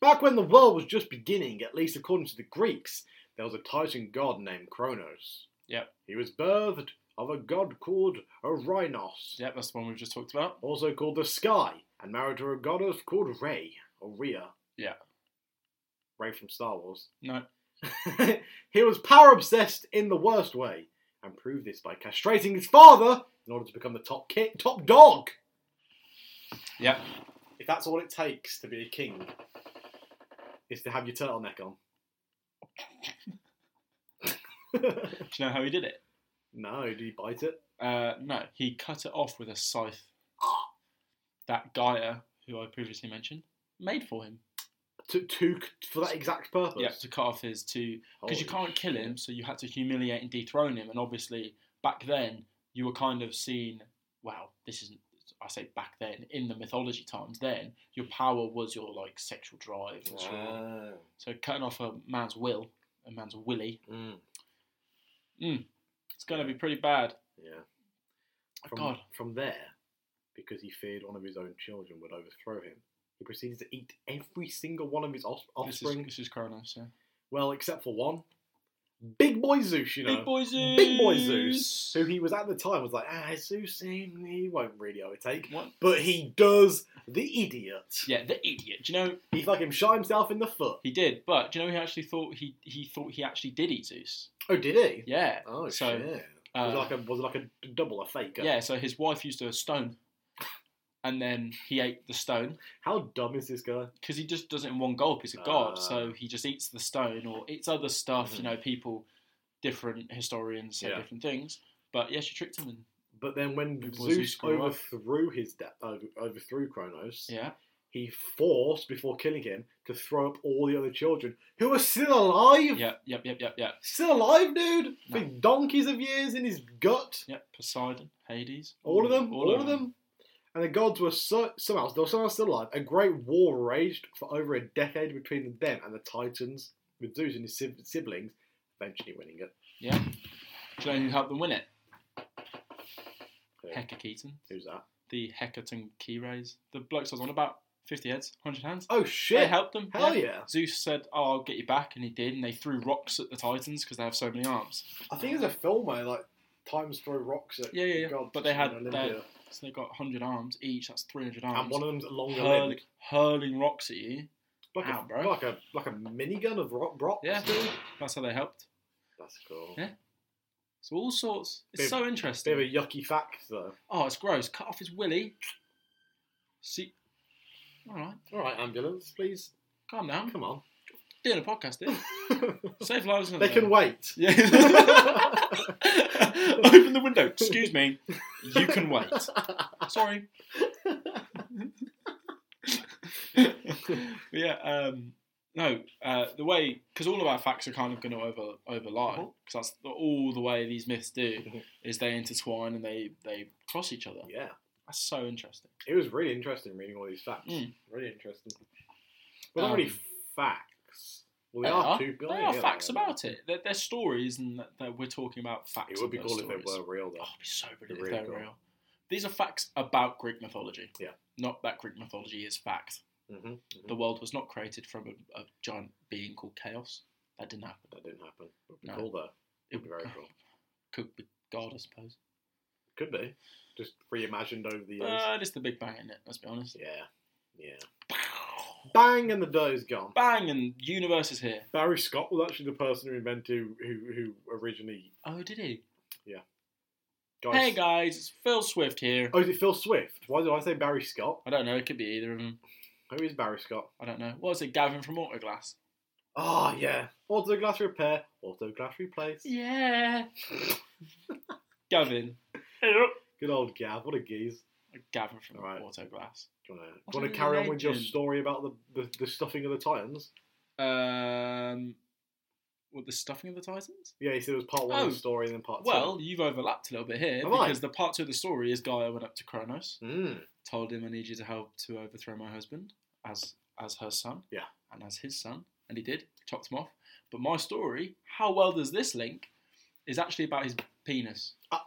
Speaker 3: Back when the world was just beginning, at least according to the Greeks, there was a Titan god named Kronos.
Speaker 4: Yep.
Speaker 3: He was birthed of a god called Orinos,
Speaker 4: Yeah, that's the one we've just talked about.
Speaker 3: also called the Sky, and married to a goddess called Rhea, or Rhea.
Speaker 4: Yeah.
Speaker 3: Rey from Star Wars.
Speaker 4: No,
Speaker 3: he was power obsessed in the worst way, and proved this by castrating his father in order to become the top ki- top dog.
Speaker 4: yeah,
Speaker 3: If that's all it takes to be a king, is to have your turtleneck on.
Speaker 4: do you know how he did it?
Speaker 3: no, do you bite it?
Speaker 4: Uh, no, he cut it off with a scythe.
Speaker 3: Ah.
Speaker 4: That Gaia, who I previously mentioned, made for him.
Speaker 3: To, to for that exact purpose. Oh,
Speaker 4: Yeah, to cut off his two because you
Speaker 3: Holy
Speaker 4: can't kill
Speaker 3: shit.
Speaker 4: him, so you had to humiliate and dethrone him. And obviously, back then, you were kind of seen. Wow, this isn't. I say back then in the mythology times. Then your power was your like sexual drive. and so on.
Speaker 3: Wow.
Speaker 4: So cutting off a man's will, a man's willy,
Speaker 3: Mm,
Speaker 4: it's going to be pretty bad.
Speaker 3: yeah.
Speaker 4: Oh,
Speaker 3: From,
Speaker 4: God.
Speaker 3: from there, because he feared one of his own children would overthrow him, he proceeded to eat every single one of his off-
Speaker 4: This
Speaker 3: offspring.
Speaker 4: is, this is Kronos. Yeah.
Speaker 3: Well, except for one. Big boy Zeus, you know.
Speaker 4: Big boy Zeus.
Speaker 3: Big boy Zeus, who he was at the time was like, ah, Zeus, he he won't really overtake.
Speaker 4: What?
Speaker 3: But he does the idiot.
Speaker 4: Yeah, the idiot. Do you know
Speaker 3: He fucking shot himself in the foot.
Speaker 4: he did? But do you know he actually thought he he thought he actually did eat Zeus?
Speaker 3: Oh, did he?
Speaker 4: Yeah.
Speaker 3: Oh,
Speaker 4: So,
Speaker 3: shit.
Speaker 4: uh,
Speaker 3: was, it like a, was it like a double, a fake?
Speaker 4: Yeah, so his wife used a stone, and then he ate the stone
Speaker 3: How dumb is this guy?
Speaker 4: because he just does it in one gulp. He's a god,
Speaker 3: Ah.
Speaker 4: so he just eats the stone or eats other stuff. You
Speaker 3: Mhm.
Speaker 4: know, people, different historians say
Speaker 3: Yeah.
Speaker 4: different things, but yeah, she tricked him. And,
Speaker 3: But then when
Speaker 4: Big boy Zeus
Speaker 3: Zeus
Speaker 4: grew up.
Speaker 3: overthrew his de- over, overthrew Kronos,
Speaker 4: yeah,
Speaker 3: he forced, before killing him, to throw up all the other children who were still alive.
Speaker 4: yep, yep, yep, yep, yep,
Speaker 3: Still alive, dude.
Speaker 4: No.
Speaker 3: For donkeys of years in his gut.
Speaker 4: yep. Poseidon, Hades,
Speaker 3: All of them, all, of them. And the gods were so, somehow, they were somehow still alive. A great war raged for over a decade between them and the Titans, with Zeus and his si- siblings eventually winning it.
Speaker 4: Yeah. Do you know who helped them win it?
Speaker 3: Who?
Speaker 4: Hecaton,
Speaker 3: Who's that?
Speaker 4: the Hecaton key rays. The blokes I was on about fifty heads, hundred hands.
Speaker 3: Oh
Speaker 4: They
Speaker 3: shit! Hell
Speaker 4: helped them.
Speaker 3: yeah!
Speaker 4: yeah. Zeus said, "Oh, I'll get you back," and he did. And they threw rocks at the Titans because they have so many arms.
Speaker 3: I think there's a film where like times throw rocks at
Speaker 4: Yeah, yeah, yeah.
Speaker 3: gods.
Speaker 4: But they had-
Speaker 3: in Olympia.
Speaker 4: So they got hundred arms each. That's three hundred arms.
Speaker 3: and one of them's longer
Speaker 4: Hurl-
Speaker 3: limbed,
Speaker 4: hurling rocks at you.
Speaker 3: like,
Speaker 4: Ow,
Speaker 3: a,
Speaker 4: bro.
Speaker 3: like a like a minigun of rock rocks.
Speaker 4: Yeah.
Speaker 3: dude.
Speaker 4: That's how they helped.
Speaker 3: that's cool.
Speaker 4: Yeah. So all sorts. It's
Speaker 3: Bit-
Speaker 4: so
Speaker 3: Bit of
Speaker 4: interesting.
Speaker 3: a yucky fact though.
Speaker 4: Oh, it's gross. Cut off his willy. See. All right,
Speaker 3: All right, ambulance, please
Speaker 4: calm down.
Speaker 3: come on.
Speaker 4: Doing a podcast here. Save lives.
Speaker 3: they
Speaker 4: another
Speaker 3: can
Speaker 4: day.
Speaker 3: wait.
Speaker 4: Yeah. Open the window. Excuse me. You can wait. Sorry. But yeah. Um, no. Uh, the way because all of our facts are kind of going to over overlap
Speaker 3: Mhm.
Speaker 4: because that's the, all the way these myths do
Speaker 3: Mhm.
Speaker 4: is they intertwine and they they cross each other.
Speaker 3: Yeah.
Speaker 4: That's so interesting.
Speaker 3: It was really interesting reading all these facts.
Speaker 4: Mm.
Speaker 3: Really interesting. Well, not
Speaker 4: Um,
Speaker 3: really facts. Well, they,
Speaker 4: they
Speaker 3: are,
Speaker 4: are.
Speaker 3: two.
Speaker 4: There
Speaker 3: Oh, yeah,
Speaker 4: are
Speaker 3: they
Speaker 4: facts about it. They're, they're stories, and that, that we're talking about facts.
Speaker 3: It would
Speaker 4: of
Speaker 3: be
Speaker 4: those
Speaker 3: cool if
Speaker 4: stories.
Speaker 3: they were real,
Speaker 4: Oh,
Speaker 3: though.
Speaker 4: it'd be so brilliant
Speaker 3: really
Speaker 4: if they're
Speaker 3: cool.
Speaker 4: real. These are facts about Greek mythology.
Speaker 3: Yeah.
Speaker 4: Not that Greek mythology is fact.
Speaker 3: Mm-hmm.
Speaker 4: The world was not created from a, a giant being called chaos. That didn't happen.
Speaker 3: That didn't happen. It would be
Speaker 4: No.
Speaker 3: cool, though.
Speaker 4: It
Speaker 3: It'd be very cool.
Speaker 4: Could be God, I suppose.
Speaker 3: Could be. Just reimagined over the years.
Speaker 4: Uh, just the Big Bang, in it? Let's be honest.
Speaker 3: yeah. Yeah.
Speaker 4: oh.
Speaker 3: Bang and the doe's gone.
Speaker 4: Bang and universe is here.
Speaker 3: Barry Scott was actually the person who invented who who originally
Speaker 4: Oh, did he?
Speaker 3: guys.
Speaker 4: Hey guys, it's Phil Swift here.
Speaker 3: Oh, is it Phil Swift? Why did I say Barry Scott?
Speaker 4: I don't know. It could be either of them.
Speaker 3: Who is Barry Scott?
Speaker 4: I don't know. What was it? Gavin from Autoglass.
Speaker 3: Oh yeah. Auto glass repair, auto glass replace.
Speaker 4: Yeah. Gavin.
Speaker 3: Good old Gav, what a geez.
Speaker 4: Gavin from
Speaker 3: All right.
Speaker 4: Autoglass.
Speaker 3: Do you wanna,
Speaker 4: What
Speaker 3: do you
Speaker 4: a
Speaker 3: wanna carry on with your
Speaker 4: legend.
Speaker 3: story about the, the, the stuffing of the Titans?
Speaker 4: Um, what the stuffing of the Titans?
Speaker 3: Yeah, he said it was part one of
Speaker 4: Oh.
Speaker 3: the story and then part two.
Speaker 4: Well, you've overlapped a little bit here
Speaker 3: Have I?
Speaker 4: because the part two of the story is Gaia went up to Kronos,
Speaker 3: Mm.
Speaker 4: told him, "I need you to help to overthrow my husband as as her son,
Speaker 3: Yeah.
Speaker 4: and as his son," and he did, chopped him off. But my story, how well does this link, is actually about his penis.
Speaker 3: Ah.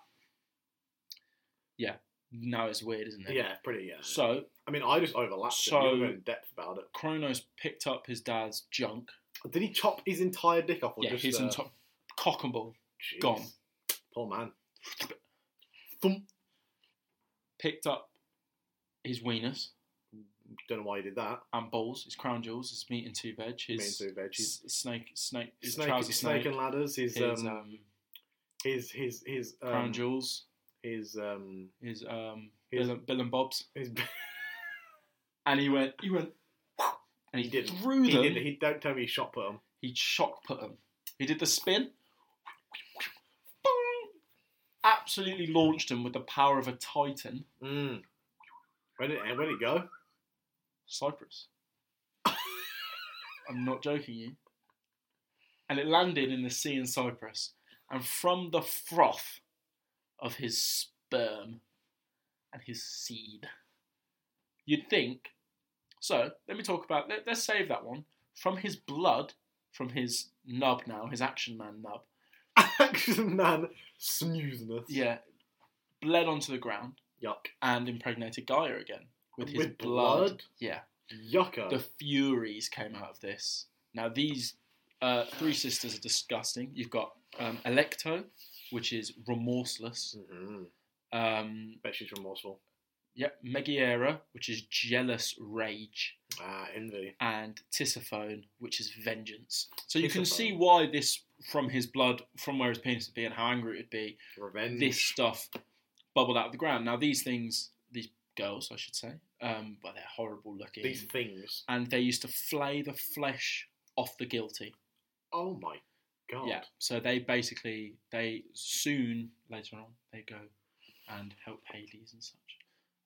Speaker 4: Yeah, now it's weird, isn't it?
Speaker 3: Yeah, pretty yeah.
Speaker 4: So
Speaker 3: I mean I just overlapped
Speaker 4: So-
Speaker 3: it. We went in depth about it.
Speaker 4: Kronos picked up his dad's junk.
Speaker 3: Did he chop his entire dick off or
Speaker 4: yeah,
Speaker 3: just
Speaker 4: his
Speaker 3: uh,
Speaker 4: entire cock and ball
Speaker 3: jeez.
Speaker 4: gone.
Speaker 3: Poor man.
Speaker 4: picked up his weenus
Speaker 3: Don't know why he did that.
Speaker 4: and balls, his crown jewels, his meat and two veg, his
Speaker 3: Me and two veggies.
Speaker 4: s- snake, snake, his
Speaker 3: Snake,
Speaker 4: trouser snake,
Speaker 3: snake and ladders. His,
Speaker 4: his
Speaker 3: um,
Speaker 4: um,
Speaker 3: his his his um,
Speaker 4: crown jewels,
Speaker 3: his um
Speaker 4: his um,
Speaker 3: his-
Speaker 4: Bill, and, Bill and Bob's,
Speaker 3: his
Speaker 4: and he went, he went, and he,
Speaker 3: He didn't.
Speaker 4: threw
Speaker 3: he,
Speaker 4: them.
Speaker 3: did,
Speaker 4: he,
Speaker 3: he don't tell me he shot put him.
Speaker 4: shock put them. He did the spin. Boom! Absolutely launched him with the power of a titan,
Speaker 3: Mm. Where did and where did it go?
Speaker 4: Cyprus. I'm not joking you. And it landed in the sea in Cyprus. And from the froth of his sperm and his seed, you'd think. So let me talk about. Let, let's save that one. From his blood, from his nub now, his action man nub.
Speaker 3: Action man snooziness.
Speaker 4: Yeah, bled onto the ground
Speaker 3: Yuck.
Speaker 4: and impregnated Gaia again with his
Speaker 3: With
Speaker 4: blood.
Speaker 3: blood?
Speaker 4: Yeah.
Speaker 3: Yucca.
Speaker 4: the Furies came out of this. Now these uh, three sisters are disgusting. You've got um, Electo, which is remorseless.
Speaker 3: Mhm.
Speaker 4: Um,
Speaker 3: Bet she's remorseful.
Speaker 4: yep, Megiera, which is jealous rage,
Speaker 3: Ah, envy.
Speaker 4: and Tisiphone, which is vengeance. So you can
Speaker 3: Tisiphone.
Speaker 4: see why this, from his blood, from where his penis would be, and how angry it would be,
Speaker 3: Revenge.
Speaker 4: this stuff bubbled out of the ground. Now these things, these girls, I should say, um, but they're horrible looking,
Speaker 3: These things.
Speaker 4: and they used to flay the flesh off the guilty.
Speaker 3: Oh my god.
Speaker 4: Yeah. So they basically they soon later on they go and help Hades and such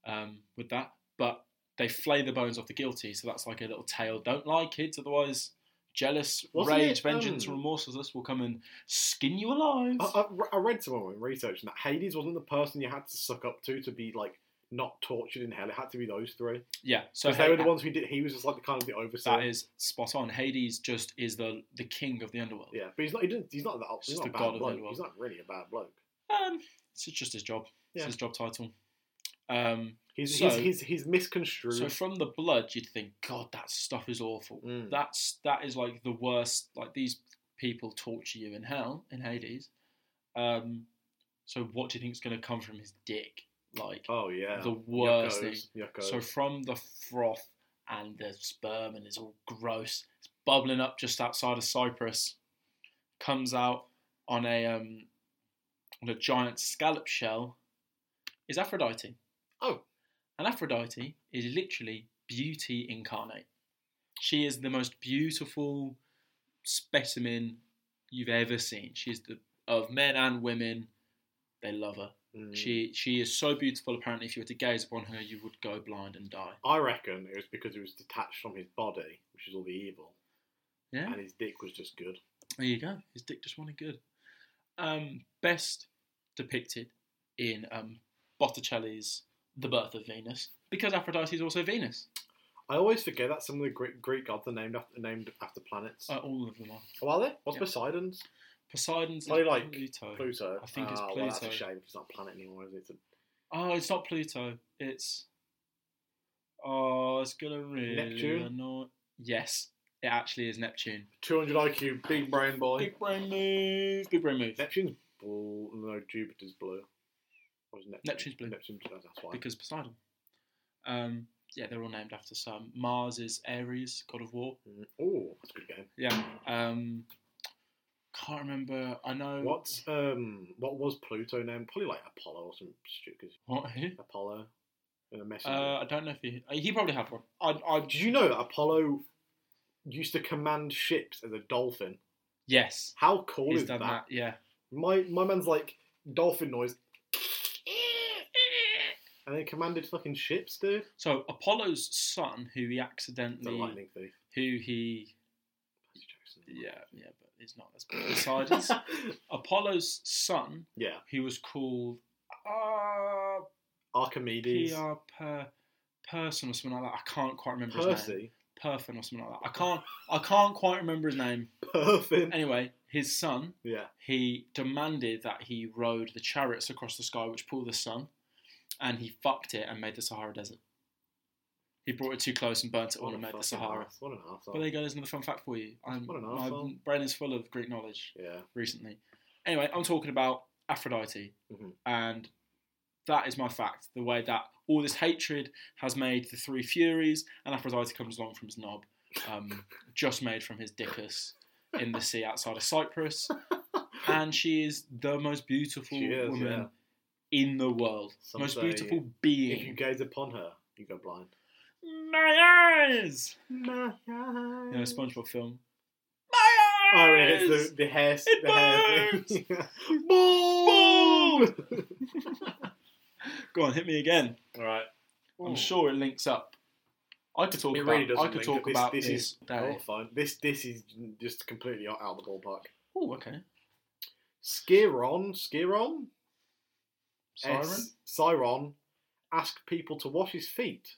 Speaker 4: um, with that, but they flay the bones of the guilty. So that's like a little tale. Don't lie, kids. Otherwise, jealous,
Speaker 3: Wasn't
Speaker 4: rage,
Speaker 3: it,
Speaker 4: vengeance,
Speaker 3: um, Uh,
Speaker 4: remorseless will come and skin you alive.
Speaker 3: I, I re- I read somewhere in research that Hades wasn't the person you had to suck up to to be like not tortured in hell. It had to be those three.
Speaker 4: yeah. So
Speaker 3: Because they were the
Speaker 4: Ha-
Speaker 3: ones who did. He was just like the kind of the
Speaker 4: that
Speaker 3: overseer.
Speaker 4: is spot on. Hades just is the the king of the underworld.
Speaker 3: Yeah, but he's not. He didn't, he's not that. He's
Speaker 4: Just
Speaker 3: not a
Speaker 4: the
Speaker 3: bad
Speaker 4: god of the
Speaker 3: bloke.
Speaker 4: underworld.
Speaker 3: He's not really a bad bloke.
Speaker 4: Um, it's just his job. It's
Speaker 3: Yeah.
Speaker 4: his job title. Um,
Speaker 3: He's
Speaker 4: So-
Speaker 3: he's, he's, he's misconstrued.
Speaker 4: so from the blood, you'd think, God, that stuff is awful.
Speaker 3: Mm.
Speaker 4: that's that is like the worst like these people torture you in hell in hades um so what do you think is going to come from his dick like
Speaker 3: oh yeah.
Speaker 4: the worst thing
Speaker 3: Yuckos, yuckos.
Speaker 4: so from the froth and the sperm and it's all gross it's bubbling up just outside of cyprus comes out on a um on a giant scallop shell is aphrodite
Speaker 3: Oh.
Speaker 4: and aphrodite is literally beauty incarnate she is the most beautiful specimen you've ever seen she's the of men and women they love her
Speaker 3: Mm.
Speaker 4: she she is so beautiful. Apparently, if you were to gaze upon her, you would go blind and die.
Speaker 3: I reckon it was because he was detached from his body, which is all the evil,
Speaker 4: Yeah,
Speaker 3: and his dick was just good.
Speaker 4: there you go. His dick just wanted good. Um, best depicted in um, Botticelli's *The Birth of Venus* because Aphrodite is also Venus.
Speaker 3: I always forget that some of the Greek, Greek gods are named after named after planets.
Speaker 4: Uh, all of them are.
Speaker 3: oh, are they? What's
Speaker 4: yeah.
Speaker 3: Poseidon's?
Speaker 4: Poseidon's is
Speaker 3: Probably like
Speaker 4: Pluto.
Speaker 3: Pluto.
Speaker 4: I think it's
Speaker 3: Ah, Well, that's a
Speaker 4: Pluto.
Speaker 3: shame. 'cause It's not a planet anymore. Is it? It's a-
Speaker 4: Oh, it's not Pluto. It's oh, it's gonna really
Speaker 3: Neptune?
Speaker 4: annoy- Yes, it actually is Neptune.
Speaker 3: 200 IQ, big brain boy.
Speaker 4: Big brain move. Big brain move.
Speaker 3: Neptune's blue. No, Jupiter's blue. Or is it
Speaker 4: Neptune's blue.
Speaker 3: Neptune's blue. That's why.
Speaker 4: because Poseidon. Um, yeah, they're all named after some. Mars is Ares, god of war.
Speaker 3: Mm, Oh, that's a good game.
Speaker 4: Yeah. Um, can't remember. I know
Speaker 3: What's um what was Pluto named? Probably like Apollo or some stupid
Speaker 4: What? Who?
Speaker 3: Apollo. And a messenger.
Speaker 4: Uh, I don't know if he he probably had one. I I
Speaker 3: Did you know that Apollo used to command ships as a dolphin?
Speaker 4: yes.
Speaker 3: How cool
Speaker 4: He's
Speaker 3: is
Speaker 4: done
Speaker 3: that?
Speaker 4: that. Yeah.
Speaker 3: My my man's like dolphin noise. And they commanded fucking ships, dude.
Speaker 4: So Apollo's son, who he
Speaker 3: The
Speaker 4: accidentally,
Speaker 3: lightning thief.
Speaker 4: who he
Speaker 3: Percy Jackson.
Speaker 4: yeah yeah, but he's not. That's Poseidon's. Apollo's son,
Speaker 3: yeah.
Speaker 4: he was called uh,
Speaker 3: Archimedes.
Speaker 4: PR per person or something like that. I can't quite remember his name.
Speaker 3: Percy.
Speaker 4: Perfin or something like that. I can't I can't quite remember his name.
Speaker 3: Perfin.
Speaker 4: Anyway, his son,
Speaker 3: Yeah.
Speaker 4: he demanded that he rode the chariots across the sky which pull the sun, and he fucked it and made the Sahara Desert. He brought it too close and burnt it all
Speaker 3: What a
Speaker 4: and made the
Speaker 3: fucking
Speaker 4: Sahara.
Speaker 3: arse. What an arsehole.
Speaker 4: Well, there you go. There's another fun fact for you. I'm,
Speaker 3: What an
Speaker 4: my
Speaker 3: arsehole.
Speaker 4: brain is full of Greek knowledge
Speaker 3: Yeah.
Speaker 4: recently. Anyway, I'm talking about Aphrodite,
Speaker 3: Mhm.
Speaker 4: and that is my fact. The way that all this hatred has made the three Furies, and Aphrodite comes along from his knob, um, just made from his dickus in the sea outside of Cyprus, and she is the most beautiful
Speaker 3: She is,
Speaker 4: woman in the world,
Speaker 3: Some
Speaker 4: most
Speaker 3: say
Speaker 4: beautiful
Speaker 3: If you
Speaker 4: being.
Speaker 3: gaze upon her, you go blind.
Speaker 4: My eyes. You know, SpongeBob film. My eyes.
Speaker 3: Oh, yeah, it's the, the hair.
Speaker 4: It
Speaker 3: the hair. Boom!
Speaker 4: Go on, hit me again.
Speaker 3: All right.
Speaker 4: I'm sure it links up. I could talk about. I could
Speaker 3: link
Speaker 4: talk
Speaker 3: up. This-
Speaker 4: about
Speaker 3: this, is
Speaker 4: day.
Speaker 3: oh, fine. This this is just completely out of the ballpark.
Speaker 4: Oh, okay.
Speaker 3: Skiron, Skiron,
Speaker 4: Siren.
Speaker 3: S- Siron, asked people to wash his feet,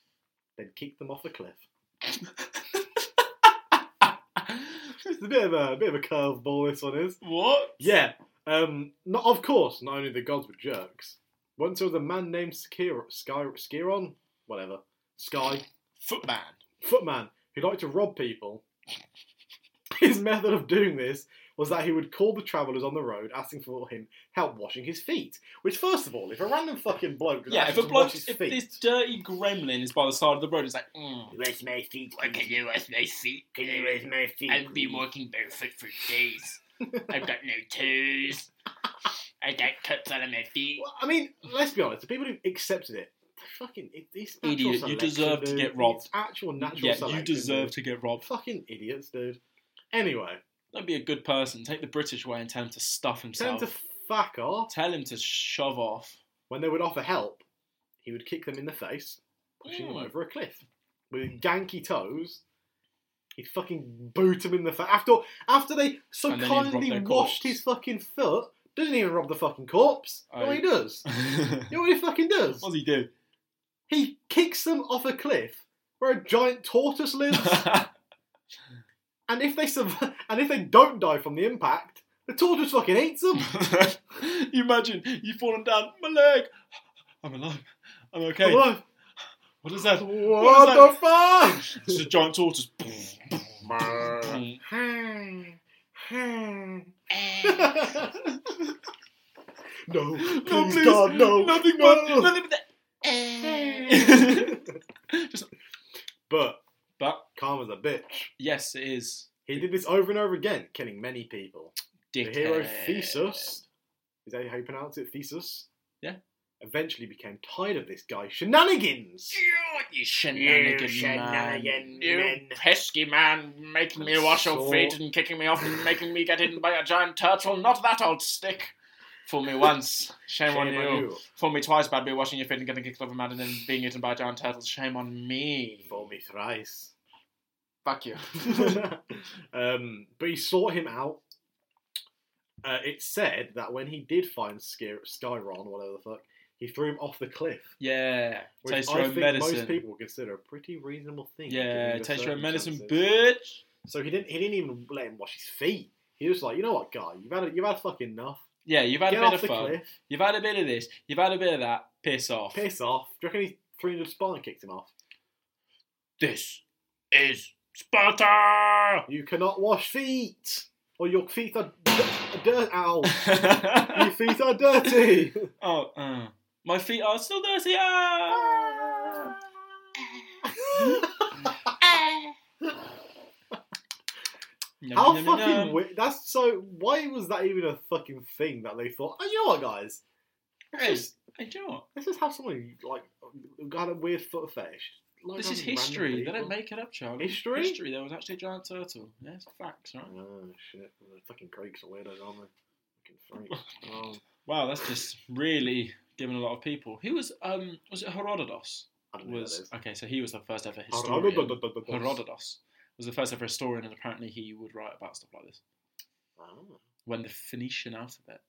Speaker 3: then kicked them off a cliff. It's a bit of a, bit of a curveball. This one is.
Speaker 4: what?
Speaker 3: Yeah. Um. Not of course. Not only the gods were jerks. Once there was a man named Skir- Sky Skiron, whatever, Sky
Speaker 4: Footman.
Speaker 3: Footman, who liked to rob people. His method of doing this was that he would call the travellers on the road asking for him help washing his feet. Which, first of all, if a random fucking bloke
Speaker 4: Yeah, if
Speaker 3: asks
Speaker 4: a
Speaker 3: to
Speaker 4: bloke,
Speaker 3: wash his
Speaker 4: if
Speaker 3: feet,
Speaker 4: this dirty gremlin is by the side of the road, it's like, mm,
Speaker 5: Where's my feet? Where can you wash my feet? Can you wash my feet? I've been walking barefoot for days. I've got no toes. I got cuts out of my feet.
Speaker 3: Well, I mean, let's be honest. The people who accepted it, they're fucking it- it's natural
Speaker 4: Idiot, you
Speaker 3: selection,
Speaker 4: deserve to
Speaker 3: dude.
Speaker 4: get robbed.
Speaker 3: It's actual natural
Speaker 4: yeah,
Speaker 3: selection.
Speaker 4: you deserve
Speaker 3: dude.
Speaker 4: to get robbed.
Speaker 3: Fucking idiots, dude. Anyway,
Speaker 4: Don't be a good person. Take the British way and tell him to stuff
Speaker 3: tell
Speaker 4: himself.
Speaker 3: them to fuck off.
Speaker 4: Tell him to shove off.
Speaker 3: When they would offer help, he would kick them in the face, pushing them
Speaker 4: Mm.
Speaker 3: over a cliff with ganky toes. He'd fucking boot them in the face after after they so
Speaker 4: And then he'd rob
Speaker 3: kindly
Speaker 4: their
Speaker 3: washed
Speaker 4: corpse.
Speaker 3: his fucking foot. Doesn't even rob the fucking corpse. You know
Speaker 4: I-
Speaker 3: what he does? You know what he fucking does?
Speaker 4: what does he do?
Speaker 3: He kicks them off a cliff where a giant tortoise lives, and if they survive, and if they don't die from the impact, the tortoise fucking eats them.
Speaker 4: you imagine you falling down. My leg. I'm alive. I'm okay.
Speaker 3: What,
Speaker 4: What is that?
Speaker 3: what the fuck?
Speaker 4: It's a giant tortoise.
Speaker 3: no, please,
Speaker 4: No, please,
Speaker 3: God, no,
Speaker 4: nothing
Speaker 3: no.
Speaker 4: but nothing but that.
Speaker 3: But
Speaker 4: but
Speaker 3: karma's a bitch.
Speaker 4: yes, it is.
Speaker 3: He did this over and over again, killing many people. The
Speaker 4: Dickhead.
Speaker 3: hero Theseus, is that how you pronounce it? Theseus?
Speaker 4: Yeah.
Speaker 3: Eventually became tired of this guy's shenanigans.
Speaker 5: You
Speaker 4: shenanigan man.
Speaker 5: shenanigan
Speaker 4: You
Speaker 5: man. pesky man, making
Speaker 3: me wash your feet
Speaker 5: and kicking me off and making me get in by a giant
Speaker 4: Turtle, not that old stick. Fool me once, shame, on,
Speaker 3: Shame
Speaker 4: you. Fool me twice, bad boy, washing your feet and getting kicked over a mountain and then being eaten by a giant turtle. Shame on me.
Speaker 3: For me thrice.
Speaker 4: Fuck you.
Speaker 3: um, but he sought him out. Uh, it's said that when he did find Skyron, Skyron, whatever the fuck, he threw him off the cliff.
Speaker 4: Yeah.
Speaker 3: Which
Speaker 4: Taste
Speaker 3: I
Speaker 4: your own
Speaker 3: think most
Speaker 4: medicine.
Speaker 3: people would consider a pretty reasonable thing.
Speaker 4: Yeah,
Speaker 3: given the
Speaker 4: taste your own medicine,
Speaker 3: circumstances.
Speaker 4: bitch.
Speaker 3: So he didn't. He didn't even let him wash his feet. He was like, you know what, guy, you've had a, you've had fucking enough.
Speaker 4: Yeah, you've had a
Speaker 3: Get
Speaker 4: bit
Speaker 3: off
Speaker 4: of
Speaker 3: the
Speaker 4: fun.
Speaker 3: cliff,
Speaker 4: You've had a bit of this. You've had a bit of that. Piss off.
Speaker 3: piss off. Do you reckon he 300 Spartan kicked him off?
Speaker 5: This is Sparta!
Speaker 3: You cannot wash feet, or your feet are dirt. Ow, your feet are dirty.
Speaker 4: oh, uh, My feet are still dirty. Ah! Yum,
Speaker 3: How
Speaker 4: yum, yum,
Speaker 3: fucking
Speaker 4: yum.
Speaker 3: weird. That's so. Why was that even a fucking thing that they thought? Oh, you know what, guys?
Speaker 4: Hey, hey, do you know what?
Speaker 3: Let's just have someone who, like got a weird foot fetish. Like,
Speaker 4: This is
Speaker 3: random
Speaker 4: history. They
Speaker 3: people.
Speaker 4: don't make it up, Charlie.
Speaker 3: History?
Speaker 4: History. There was actually a giant turtle. Yeah, it's facts, right?
Speaker 3: Oh shit! The fucking Greeks are weirdos, aren't they? Fucking freaks. Oh,
Speaker 4: Wow, that's just really given a lot of people. Who was um was it Herodotus?
Speaker 3: I don't know who that
Speaker 4: Was
Speaker 3: is.
Speaker 4: okay, so he was the first ever historian.
Speaker 3: Herodotus.
Speaker 4: Herodotus was the first ever historian, and apparently he would write about stuff like this
Speaker 3: Ah.
Speaker 4: when the Phoenician alphabet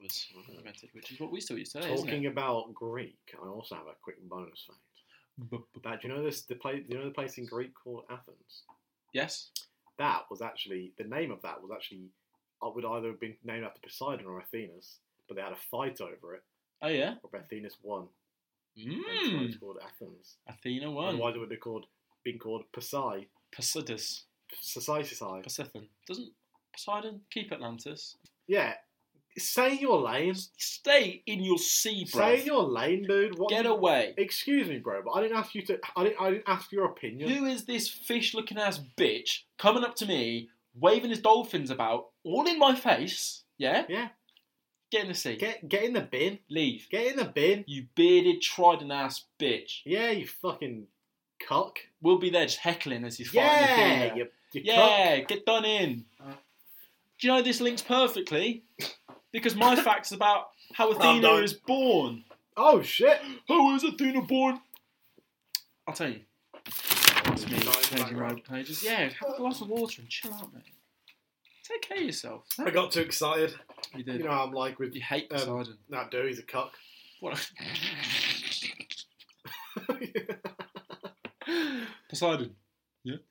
Speaker 4: was
Speaker 3: Mm-hmm.
Speaker 4: invented, which is what we still use today, isn't
Speaker 3: Talking
Speaker 4: it?
Speaker 3: about Greek, I also have a quick bonus fact. That do you know this? The place, do you know the place in Greek called Athens.
Speaker 4: Yes.
Speaker 3: That was actually the name of that was actually I would either have been named after Poseidon or Athena's, but they had a fight over it,
Speaker 4: Oh yeah.
Speaker 3: or Athena's won, and so
Speaker 4: Mm.
Speaker 3: it's called Athens.
Speaker 4: Athena
Speaker 3: And
Speaker 4: won.
Speaker 3: why would they called being called Poseidon?
Speaker 4: Posidus.
Speaker 3: Society.
Speaker 4: Poseidon. Doesn't Poseidon keep Atlantis?
Speaker 3: Yeah, stay in your lane.
Speaker 4: Stay in your sea, bro.
Speaker 3: Stay in your lane, dude. What
Speaker 4: Get
Speaker 3: you-
Speaker 4: away.
Speaker 3: Excuse me, bro, but I didn't ask you to. I didn't. I didn't ask for your opinion.
Speaker 4: Who is this fish looking ass bitch coming up to me, waving his dolphins about, all in my face? Yeah?
Speaker 3: Yeah.
Speaker 4: Get in the sea.
Speaker 3: Get get in the bin.
Speaker 4: Leave.
Speaker 3: Get in the bin.
Speaker 4: You bearded, trident ass bitch.
Speaker 3: Yeah, you fucking cock.
Speaker 4: We'll be there just heckling as he's fighting
Speaker 3: Yeah,
Speaker 4: Athena.
Speaker 3: you, Uh. you
Speaker 4: Yeah, get done in. Do you know this links perfectly? Because my fact's about how Athena
Speaker 3: done.
Speaker 4: is born.
Speaker 3: Oh shit!
Speaker 4: How is Athena born? I'll tell you. It's me,
Speaker 3: Nice
Speaker 4: changing
Speaker 3: background.
Speaker 4: my pages. Yeah, have a glass of water and chill out, mate. Take care of yourself.
Speaker 3: I got too excited.
Speaker 4: You did.
Speaker 3: You know how I'm like with
Speaker 4: you hate
Speaker 3: um,
Speaker 4: Poseidon.
Speaker 3: that dude. He's a cock.
Speaker 4: What? Poseidon.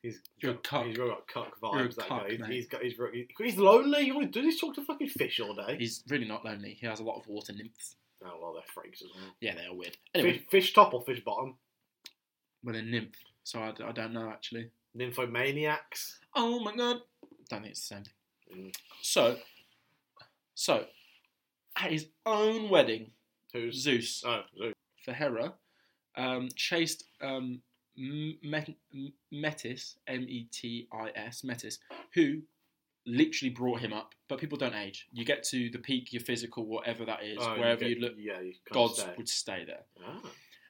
Speaker 3: he's
Speaker 4: You're a
Speaker 3: got,
Speaker 4: cock.
Speaker 3: He's really got cock vibes.
Speaker 4: You're a
Speaker 3: that
Speaker 4: cock,
Speaker 3: guy. He's,
Speaker 4: mate.
Speaker 3: he's got. He's, re- he's lonely. All he does is talk to fucking fish all day.
Speaker 4: He's really not lonely. He has a lot of water nymphs.
Speaker 3: oh well, they're freaks as well.
Speaker 4: Yeah, they are weird. Anyway,
Speaker 3: Fish, fish top or fish bottom?
Speaker 4: well, a nymph. So I, d- I don't know actually.
Speaker 3: Nymphomaniacs.
Speaker 4: Oh my god. Don't think it's the same thing.
Speaker 3: Mm.
Speaker 4: So, so at his own wedding,
Speaker 3: Who's
Speaker 4: Zeus
Speaker 3: oh Zeus.
Speaker 4: for Hera um, chased um, M- Met- M- Metis, M E T I S, Metis, who literally brought him up. But people don't age. You get to the peak, your physical, whatever that is,
Speaker 3: Oh,
Speaker 4: wherever
Speaker 3: get-
Speaker 4: you look,
Speaker 3: Yeah, you can't
Speaker 4: gods
Speaker 3: stay.
Speaker 4: would stay there.
Speaker 3: Ah.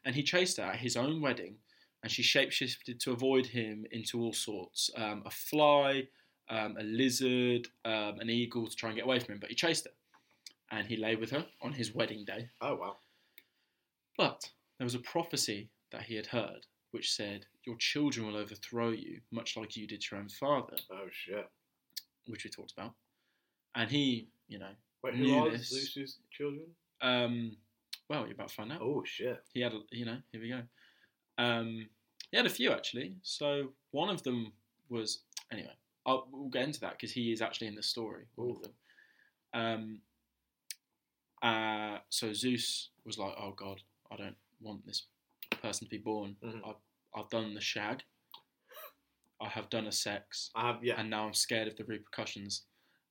Speaker 4: and he chased her at his own wedding, and she shapeshifted to avoid him into all sorts um, a fly, um, a lizard, um, an eagle to try and get away from him. But he chased her, and he lay with her on his wedding day.
Speaker 3: Oh wow.
Speaker 4: But there was a prophecy that he had heard which said, Your children will overthrow you, much like you did to your own father,
Speaker 3: Oh shit.
Speaker 4: which we talked about. And he, you know,
Speaker 3: Wait, who
Speaker 4: Knew
Speaker 3: are
Speaker 4: this.
Speaker 3: Zeus's children?
Speaker 4: um, well, you're about to find out.
Speaker 3: Oh shit.
Speaker 4: he had, a, you know, here we go. Um, he had a few actually. So one of them was anyway. I'll, we'll get into that because he is actually in the story. One of
Speaker 3: Ooh.
Speaker 4: them. Um, uh, so Zeus was like, "Oh God, I don't want this person to be born.
Speaker 3: Mhm.
Speaker 4: I've, I've done the shag. I have done a sex,
Speaker 3: I have yeah.
Speaker 4: and now I'm scared of the repercussions."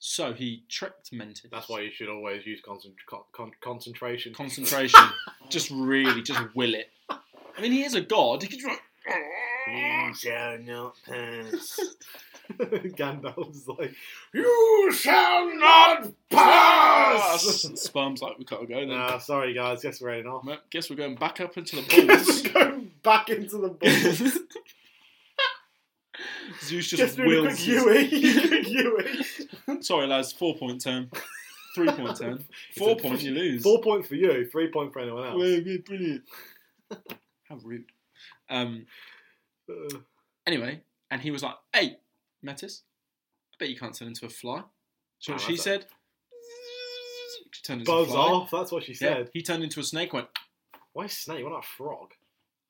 Speaker 4: So he tricked Mentis.
Speaker 3: That's why you should always use concent- con- con- concentration.
Speaker 4: concentration. just really, just will it. I mean, he is a god. He could just
Speaker 3: You shall not pass. Gandalf's like, you shall not pass.
Speaker 4: Sperm's like, we gotta go then.
Speaker 3: Ah! Nah, sorry guys, guess we're heading off.
Speaker 4: Well, Guess we're going back up into
Speaker 3: Guess
Speaker 4: the
Speaker 3: we're going back into the balls.
Speaker 4: balls. Zeus
Speaker 3: Just
Speaker 4: just
Speaker 3: doing a quick
Speaker 4: wills. his-
Speaker 3: Huey. Quick Huey.
Speaker 4: Sorry, lads. Four point turn. Three point turn. Four
Speaker 3: a-
Speaker 4: point, you lose.
Speaker 3: Four point for you, three point for anyone
Speaker 4: Well,
Speaker 3: else.
Speaker 4: we're Brilliant. How rude. Um.
Speaker 3: Uh,
Speaker 4: Anyway, and he was like, "Hey, Metis, I bet you can't turn into a fly." So
Speaker 3: Oh,
Speaker 4: what she
Speaker 3: that's a-
Speaker 4: said, she turned into a
Speaker 3: Buzz
Speaker 4: fly.
Speaker 3: off, that's what she
Speaker 4: Yeah,
Speaker 3: said.
Speaker 4: he turned into a snake. Went,
Speaker 3: Why snake? Why not a frog?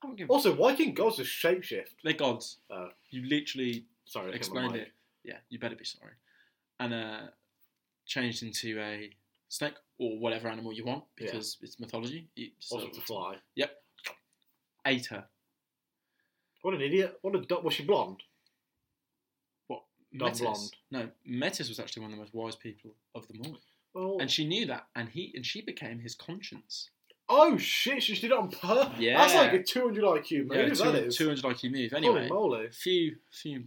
Speaker 4: I don't give a
Speaker 3: Also, why can gods just shapeshift?
Speaker 4: They're gods.
Speaker 3: Oh.
Speaker 4: You literally
Speaker 3: Sorry, I hit my
Speaker 4: explained
Speaker 3: mic.
Speaker 4: it. Yeah, you better be sorry. And uh, changed into a snake or whatever animal you want
Speaker 3: Yeah.
Speaker 4: because it's mythology. You- so-
Speaker 3: Wasn't to fly.
Speaker 4: Ate her.
Speaker 3: What an idiot! What a du- was she blonde?
Speaker 4: What?
Speaker 3: Dumb
Speaker 4: Metis.
Speaker 3: blonde.
Speaker 4: No, Metis was actually one of the most wise people of them all,
Speaker 3: Well,
Speaker 4: and she knew that. And he and she became his conscience.
Speaker 3: Oh shit, she did it on purpose.
Speaker 4: Yeah.
Speaker 3: That's like a 200 IQ move,
Speaker 4: Yeah,
Speaker 3: that
Speaker 4: 200,
Speaker 3: is.
Speaker 4: 200 IQ move.
Speaker 3: Holy
Speaker 4: Anyway,
Speaker 3: moly.
Speaker 4: few, few,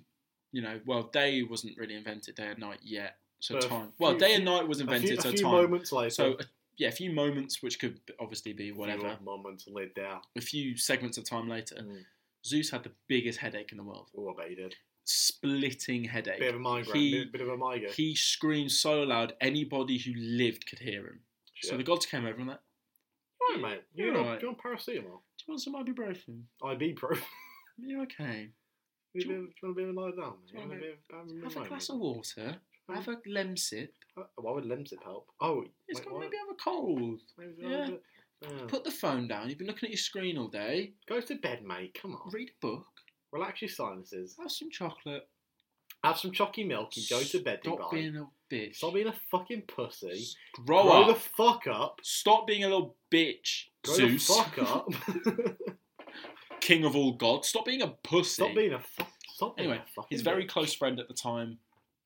Speaker 4: you know, well, day wasn't really invented, day and night yet. So
Speaker 3: But a
Speaker 4: time. Well,
Speaker 3: few-
Speaker 4: day and
Speaker 3: few-
Speaker 4: night was
Speaker 3: A
Speaker 4: invented,
Speaker 3: few, a
Speaker 4: so
Speaker 3: few
Speaker 4: time.
Speaker 3: moments later.
Speaker 4: So, uh, yeah, a few moments, which could obviously be whatever.
Speaker 3: Few moments later.
Speaker 4: A few segments of time later,
Speaker 3: Mm.
Speaker 4: Zeus had the biggest headache in the world.
Speaker 3: Oh, I bet you did.
Speaker 4: Splitting headache.
Speaker 3: Bit of a migraine.
Speaker 4: He-
Speaker 3: bit of a migraine.
Speaker 4: He screamed so loud, anybody who lived could hear him.
Speaker 3: Shit.
Speaker 4: So the gods came over and like,
Speaker 3: Right, mate. You're,
Speaker 4: You're
Speaker 3: on,
Speaker 4: right.
Speaker 3: you're on paracetamol.
Speaker 4: Do you want some ibuprofen?
Speaker 3: IB pro.
Speaker 4: Are you okay?
Speaker 3: you
Speaker 4: Do you-
Speaker 3: want a bit of a lie down? You
Speaker 4: do you
Speaker 3: want a
Speaker 4: want
Speaker 3: bit of- um,
Speaker 4: Have a
Speaker 3: remind
Speaker 4: glass
Speaker 3: me?
Speaker 4: of water. Have a lem sip.
Speaker 3: Uh, Why would Lemsip help? Oh,
Speaker 4: It's
Speaker 3: wait,
Speaker 4: got
Speaker 3: why-
Speaker 4: maybe have a cold.
Speaker 3: maybe
Speaker 4: yeah.
Speaker 3: I'll do- yeah.
Speaker 4: Put the phone down. You've been looking at your screen all day.
Speaker 3: Go to bed, mate. Come on.
Speaker 4: Read a book.
Speaker 3: Relax your sinuses.
Speaker 4: Have some chocolate.
Speaker 3: Have some chalky milk and go to bed,
Speaker 4: Stop
Speaker 3: Dubai.
Speaker 4: being a bitch. Oh,
Speaker 3: Stop being a fucking pussy.
Speaker 4: Grow
Speaker 3: Grow
Speaker 4: up.
Speaker 3: the fuck up.
Speaker 4: Stop being a little bitch,
Speaker 3: Grow
Speaker 4: Zeus,
Speaker 3: the fuck up.
Speaker 4: king of all gods. Stop being a pussy.
Speaker 3: Stop being a fuck. Stop being
Speaker 4: Anyway,
Speaker 3: a fucking
Speaker 4: His very
Speaker 3: bitch.
Speaker 4: close friend at the time,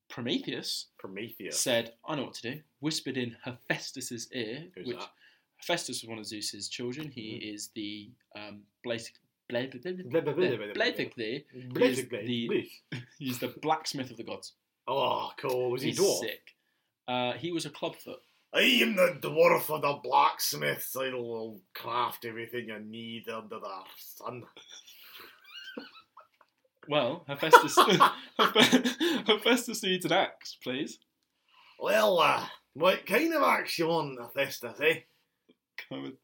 Speaker 4: Prometheus,
Speaker 3: Prometheus.
Speaker 4: said, "I know what to do." Whispered in Hephaestus's ear,
Speaker 3: Who's
Speaker 4: which
Speaker 3: that? Mm-hmm.
Speaker 4: Hephaestus was one of Zeus's children. He is the um, basic.
Speaker 3: Blah, blah, blah, blah, blah, blah, blah.
Speaker 4: Basically,
Speaker 3: Basically,
Speaker 4: the-
Speaker 3: please.
Speaker 4: he's the blacksmith of the gods.
Speaker 3: Oh, cool. Was he
Speaker 4: he's
Speaker 3: dwarf?
Speaker 4: sick. Uh, he was a clubfoot.
Speaker 3: I am the dwarf of the blacksmiths. I will craft everything you need under the sun.
Speaker 4: Well, Hephaestus, Hephaestus needs an axe, please.
Speaker 3: Well, uh, what kind of axe you want, Hephaestus, eh?
Speaker 4: Kind of a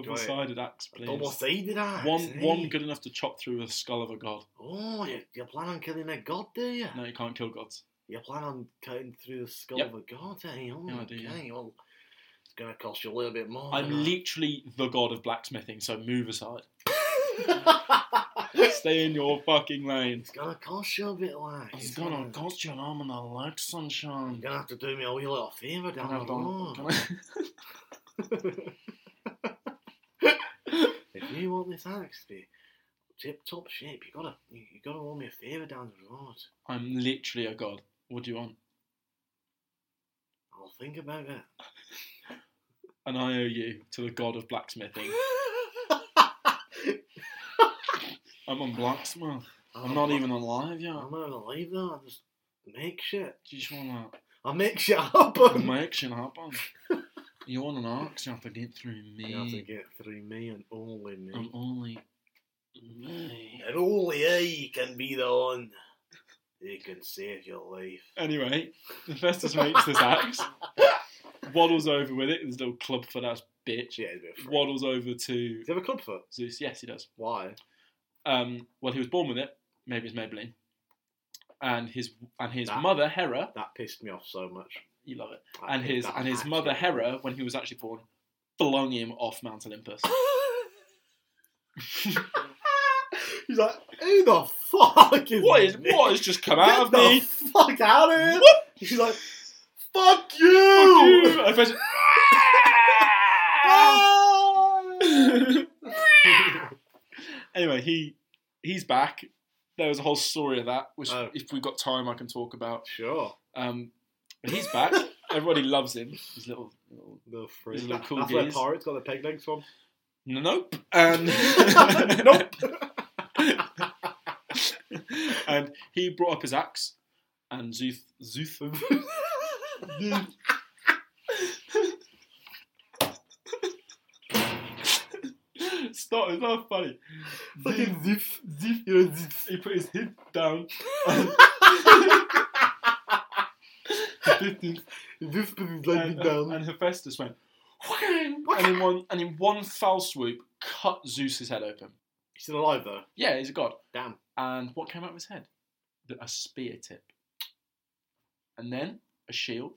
Speaker 4: double-sided axe, please.
Speaker 3: Double-sided axe,
Speaker 4: One
Speaker 3: eh?
Speaker 4: one good enough to chop through the skull of a god.
Speaker 3: Oh, you, you plan on killing a god, do you?
Speaker 4: No, you can't kill gods.
Speaker 3: You plan on cutting through the skull
Speaker 4: Yep.
Speaker 3: of a god, eh? Oh,
Speaker 4: Yeah, I do,
Speaker 3: okay,
Speaker 4: yeah.
Speaker 3: well, it's going to cost you a little bit more.
Speaker 4: I'm
Speaker 3: than
Speaker 4: literally the god of blacksmithing, so move aside.
Speaker 3: that.
Speaker 4: Stay in your fucking lane.
Speaker 3: it's going to cost you a bit, like.
Speaker 4: He's gonna got your arm and a leg, sunshine.
Speaker 3: You're going to have to do me a wee little favour down
Speaker 4: Gonna-
Speaker 3: the road.
Speaker 4: gonna-
Speaker 3: If you want this axe to be tip top shape, you gotta you, you gotta owe me a favour down the road.
Speaker 4: I'm literally a god. What do you want?
Speaker 3: I'll think about it.
Speaker 4: An IOU to the god of blacksmithing. I'm a blacksmith. I'm not even alive yet.
Speaker 3: I'm not alive though, I just make shit.
Speaker 4: Do you just wanna
Speaker 3: I make shit happen.
Speaker 4: make shit happen? You want an axe? You have to get through
Speaker 3: You have to
Speaker 4: me.
Speaker 3: get through me and only me.
Speaker 4: I'm only me.
Speaker 3: and only I can be the one who can save your life.
Speaker 4: Uh, Anyway, Hephaestus makes this axe, waddles over with it, his little club for that bitch,
Speaker 3: Yeah, it's a bit free.
Speaker 4: waddles over to
Speaker 3: Do you have a club foot?
Speaker 4: Zeus. Yes, he does.
Speaker 3: Why?
Speaker 4: Um, well, he was born with it. Maybe it's Maybelline. And his and his
Speaker 3: Nah.
Speaker 4: mother Hera,
Speaker 3: That pissed me off so much.
Speaker 4: you love it.
Speaker 3: That
Speaker 4: And
Speaker 3: pissed-
Speaker 4: his
Speaker 3: that
Speaker 4: and his
Speaker 3: actually-
Speaker 4: mother Hera, when he was actually born, flung him off Mount Olympus.
Speaker 3: He's like, who the fuck is
Speaker 4: what is
Speaker 3: this?
Speaker 4: what has just come
Speaker 3: Get
Speaker 4: out of
Speaker 3: the
Speaker 4: me?
Speaker 3: fuck out of here! She's like, fuck you!
Speaker 4: Ooh, Hephaestus- Ah. anyway, he he's back. There was a whole story of that, which
Speaker 3: Oh.
Speaker 4: if we've got time, I can talk about.
Speaker 3: Sure.
Speaker 4: Um, but he's back. Everybody loves him. His little, little
Speaker 3: The
Speaker 4: These
Speaker 3: freak.
Speaker 4: little
Speaker 3: That-
Speaker 4: cool
Speaker 3: That's where
Speaker 4: geese.
Speaker 3: pirates got their peg legs from.
Speaker 4: nope. And
Speaker 3: Nope.
Speaker 4: and he brought up his axe, and Zeus Zeus Stop! It's not funny.
Speaker 3: Fucking
Speaker 4: zip, zip, you know, zip. He put his head down. and-
Speaker 3: This put his leg
Speaker 4: and, uh,
Speaker 3: down.
Speaker 4: and Hephaestus went, "Whang!" and in one and in one foul swoop, cut Zeus's head open.
Speaker 3: He's still alive though.
Speaker 4: Yeah, he's a god.
Speaker 3: Damn.
Speaker 4: And what came out of his head? The- A spear tip. And then a shield.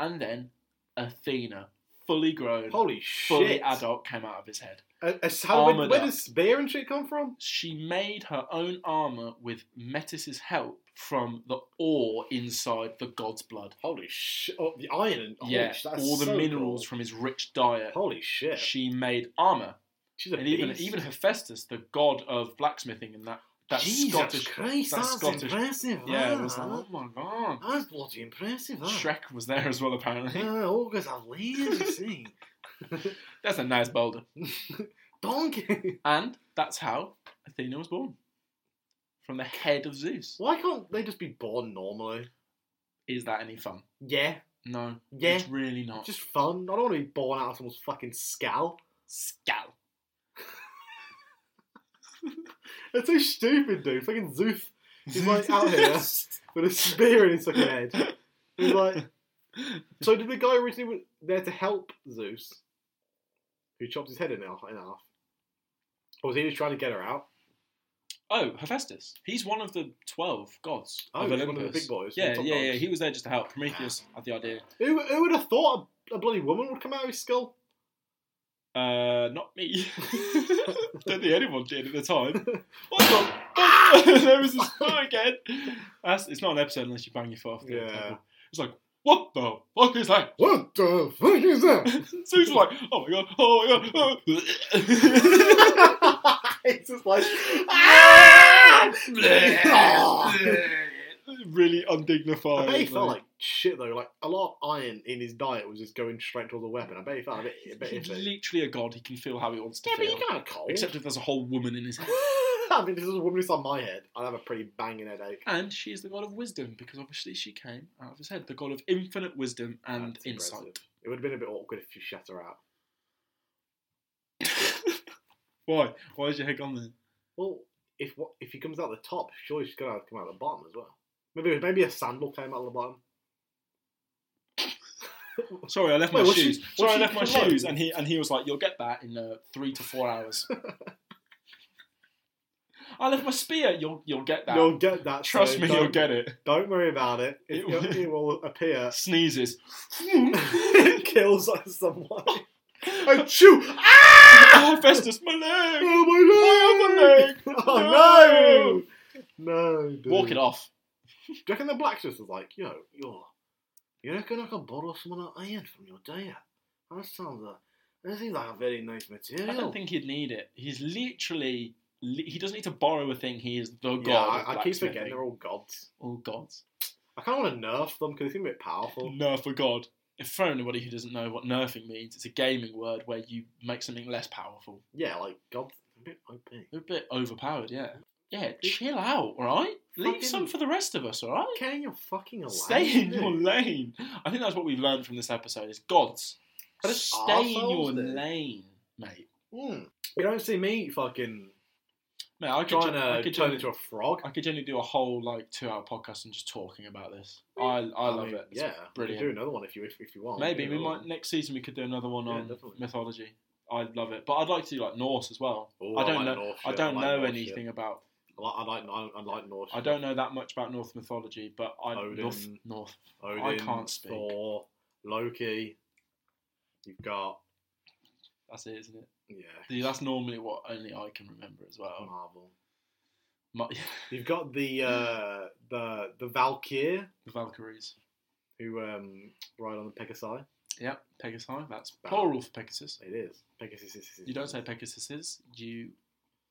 Speaker 4: And then Athena, fully grown,
Speaker 3: Holy
Speaker 4: fully
Speaker 3: shit.
Speaker 4: adult, came out of his head.
Speaker 3: Uh, uh, how, where,
Speaker 4: Armoured
Speaker 3: where
Speaker 4: up.
Speaker 3: does spear and shit come from?
Speaker 4: She made her own armor with Metis's help from the ore inside the god's blood.
Speaker 3: Holy shit. Oh, the iron and holy
Speaker 4: yeah,
Speaker 3: shit, that's
Speaker 4: all the
Speaker 3: so
Speaker 4: minerals
Speaker 3: cool.
Speaker 4: from his rich diet.
Speaker 3: Holy shit.
Speaker 4: She made armor,
Speaker 3: She's a
Speaker 4: and even
Speaker 3: beast.
Speaker 4: even Hephaestus, the god of blacksmithing, and that that
Speaker 3: Jesus
Speaker 4: Scottish,
Speaker 3: Christ,
Speaker 4: that
Speaker 3: that's
Speaker 4: Scottish-
Speaker 3: impressive.
Speaker 4: yeah,
Speaker 3: that.
Speaker 4: it was like, oh my god.
Speaker 3: That's bloody impressive. That. Uh,
Speaker 4: Shrek was there as well, apparently.
Speaker 3: Yeah, ogres have lasers, you see.
Speaker 4: That's a nice boulder.
Speaker 3: Donkey.
Speaker 4: And that's how Athena was born. From the head of Zeus.
Speaker 3: Why can't they just be born normally?
Speaker 4: Is that any fun?
Speaker 3: Yeah,
Speaker 4: No.
Speaker 3: Yeah.
Speaker 4: It's really not.
Speaker 3: just fun. I don't want to be born out of someone's fucking skull.
Speaker 4: scowl.
Speaker 3: That's so stupid, dude. Fucking Zeus He's like out here. with a spear in his fucking head. He's like, so did the guy originally was there to help Zeus, who chops his head in half? In half? Or was he just trying to get her out?
Speaker 4: Oh, Hephaestus. He's one of the twelve gods
Speaker 3: Oh,
Speaker 4: of
Speaker 3: he's
Speaker 4: Olympus.
Speaker 3: one of the big boys,
Speaker 4: Yeah,
Speaker 3: the top
Speaker 4: yeah, yeah.
Speaker 3: dogs.
Speaker 4: He was there just to help. Prometheus had the idea.
Speaker 3: Who, who would have thought a, a bloody woman would come out of his skull?
Speaker 4: Uh, not me. Don't think anyone did at the time. What the? what- there was a star again. That's, it's not an episode unless you bang your foot off the
Speaker 3: Yeah.
Speaker 4: table. It's like, what the fuck is that?
Speaker 3: What the fuck is that?
Speaker 4: Zeus was like, oh my god, oh my god. oh."
Speaker 3: it's just like,
Speaker 4: really
Speaker 3: I
Speaker 4: undignified.
Speaker 3: bet he felt like shit though. Like a lot of iron in his diet was just going straight towards the weapon. I bet he felt a bit, a bit
Speaker 4: He's
Speaker 3: iffy.
Speaker 4: literally a god. He can feel how he wants to
Speaker 3: Yeah, but
Speaker 4: feel.
Speaker 3: you can't cold.
Speaker 4: Except if there's a whole woman in his head.
Speaker 3: I mean, this is a woman who's on my head. I'd have a pretty banging headache.
Speaker 4: And she is the god of wisdom because obviously she came out of his head. The god of infinite wisdom and
Speaker 3: That's impressive.
Speaker 4: insight.
Speaker 3: It would have been a bit awkward if you shut her out.
Speaker 4: Why? Why is your head gone then?
Speaker 3: Well, if what if he comes out the top, surely she's gonna come out the bottom as well. Maybe maybe a sandal came out the bottom.
Speaker 4: Sorry, I left
Speaker 3: Wait,
Speaker 4: my
Speaker 3: was she-
Speaker 4: shoes.
Speaker 3: was
Speaker 4: Sorry, I
Speaker 3: she
Speaker 4: left my
Speaker 3: cologne?
Speaker 4: shoes. And he and he was like, "You'll get that in uh, three to four hours." I left my spear. You'll you'll get that.
Speaker 3: You'll get that.
Speaker 4: Trust
Speaker 3: so
Speaker 4: me,
Speaker 3: don't-
Speaker 4: you'll get it.
Speaker 3: Don't worry about it. It,
Speaker 4: It
Speaker 3: will,
Speaker 4: will.
Speaker 3: it will appear.
Speaker 4: Sneezes.
Speaker 3: Hmm. it kills someone.
Speaker 4: Oh,
Speaker 3: And chew. Ah!
Speaker 4: Ah, Festus, my leg.
Speaker 3: Oh my
Speaker 4: leg!
Speaker 3: leg! Oh no! No. dude.
Speaker 4: Walk it off.
Speaker 3: Do you reckon the blacksmith was like, yo, yo, you reckon I can borrow some of that iron from your diet? That sounds like, that seems like a very nice material.
Speaker 4: I don't think he'd need it. He's literally. li- He doesn't need to borrow a thing. He is the god.
Speaker 3: Yeah,
Speaker 4: of
Speaker 3: I, I keep
Speaker 4: blacksmithing.
Speaker 3: forgetting they're all gods.
Speaker 4: all gods.
Speaker 3: I kind of want to nerf them because they seem a bit powerful.
Speaker 4: Nerf a god. If for anybody who doesn't know what nerfing means, it's a gaming word where you make something less powerful.
Speaker 3: Yeah, like gods, a bit OP.
Speaker 4: They're a bit overpowered, yeah. Yeah, chill out, alright? Leave
Speaker 3: Fucking-
Speaker 4: some for the rest of us, alright?
Speaker 3: Can you fucking allow?
Speaker 4: Stay in your lane. I think that's what we've learned from this episode is gods. Just stay in your
Speaker 3: arseholes, dude.
Speaker 4: lane, mate.
Speaker 3: Mm. You don't see me fucking
Speaker 4: Mate, I could,
Speaker 3: trying
Speaker 4: gen- I
Speaker 3: to
Speaker 4: could
Speaker 3: turn
Speaker 4: gen-
Speaker 3: into a frog.
Speaker 4: I could generally do a whole like two hour podcast and just talking about this. I I love
Speaker 3: mean,
Speaker 4: it. It's
Speaker 3: Yeah,
Speaker 4: brilliant.
Speaker 3: We can do another one if you if, if you want.
Speaker 4: Maybe
Speaker 3: can
Speaker 4: we
Speaker 3: do another
Speaker 4: might next season we could do another one
Speaker 3: Yeah,
Speaker 4: on
Speaker 3: definitely.
Speaker 4: mythology. I love it, but I'd like to do like Norse as well.
Speaker 3: one. Oh,
Speaker 4: I don't
Speaker 3: like
Speaker 4: know.
Speaker 3: Norse
Speaker 4: I
Speaker 3: shit,
Speaker 4: don't
Speaker 3: like
Speaker 4: know
Speaker 3: Norse
Speaker 4: anything
Speaker 3: shit.
Speaker 4: about.
Speaker 3: I like I like, I like Norse.
Speaker 4: I
Speaker 3: shit.
Speaker 4: don't know that much about Norse mythology, but I
Speaker 3: Odin.
Speaker 4: North North.
Speaker 3: Odin,
Speaker 4: I can't speak.
Speaker 3: Thor, Loki. You've got
Speaker 4: That's it, isn't it?
Speaker 3: yeah,
Speaker 4: Dude, that's normally what only I can remember as well.
Speaker 3: Marvel.
Speaker 4: My,
Speaker 3: You've got the
Speaker 4: Hmm.
Speaker 3: uh, the the Valkyr
Speaker 4: the Valkyries.
Speaker 3: who um, ride on the Pegasi.
Speaker 4: Yep, Pegasus. That's
Speaker 3: Val-
Speaker 4: plural for Pegasus.
Speaker 3: It is Pegasus. is- is-
Speaker 4: You don't say Pegasuses. You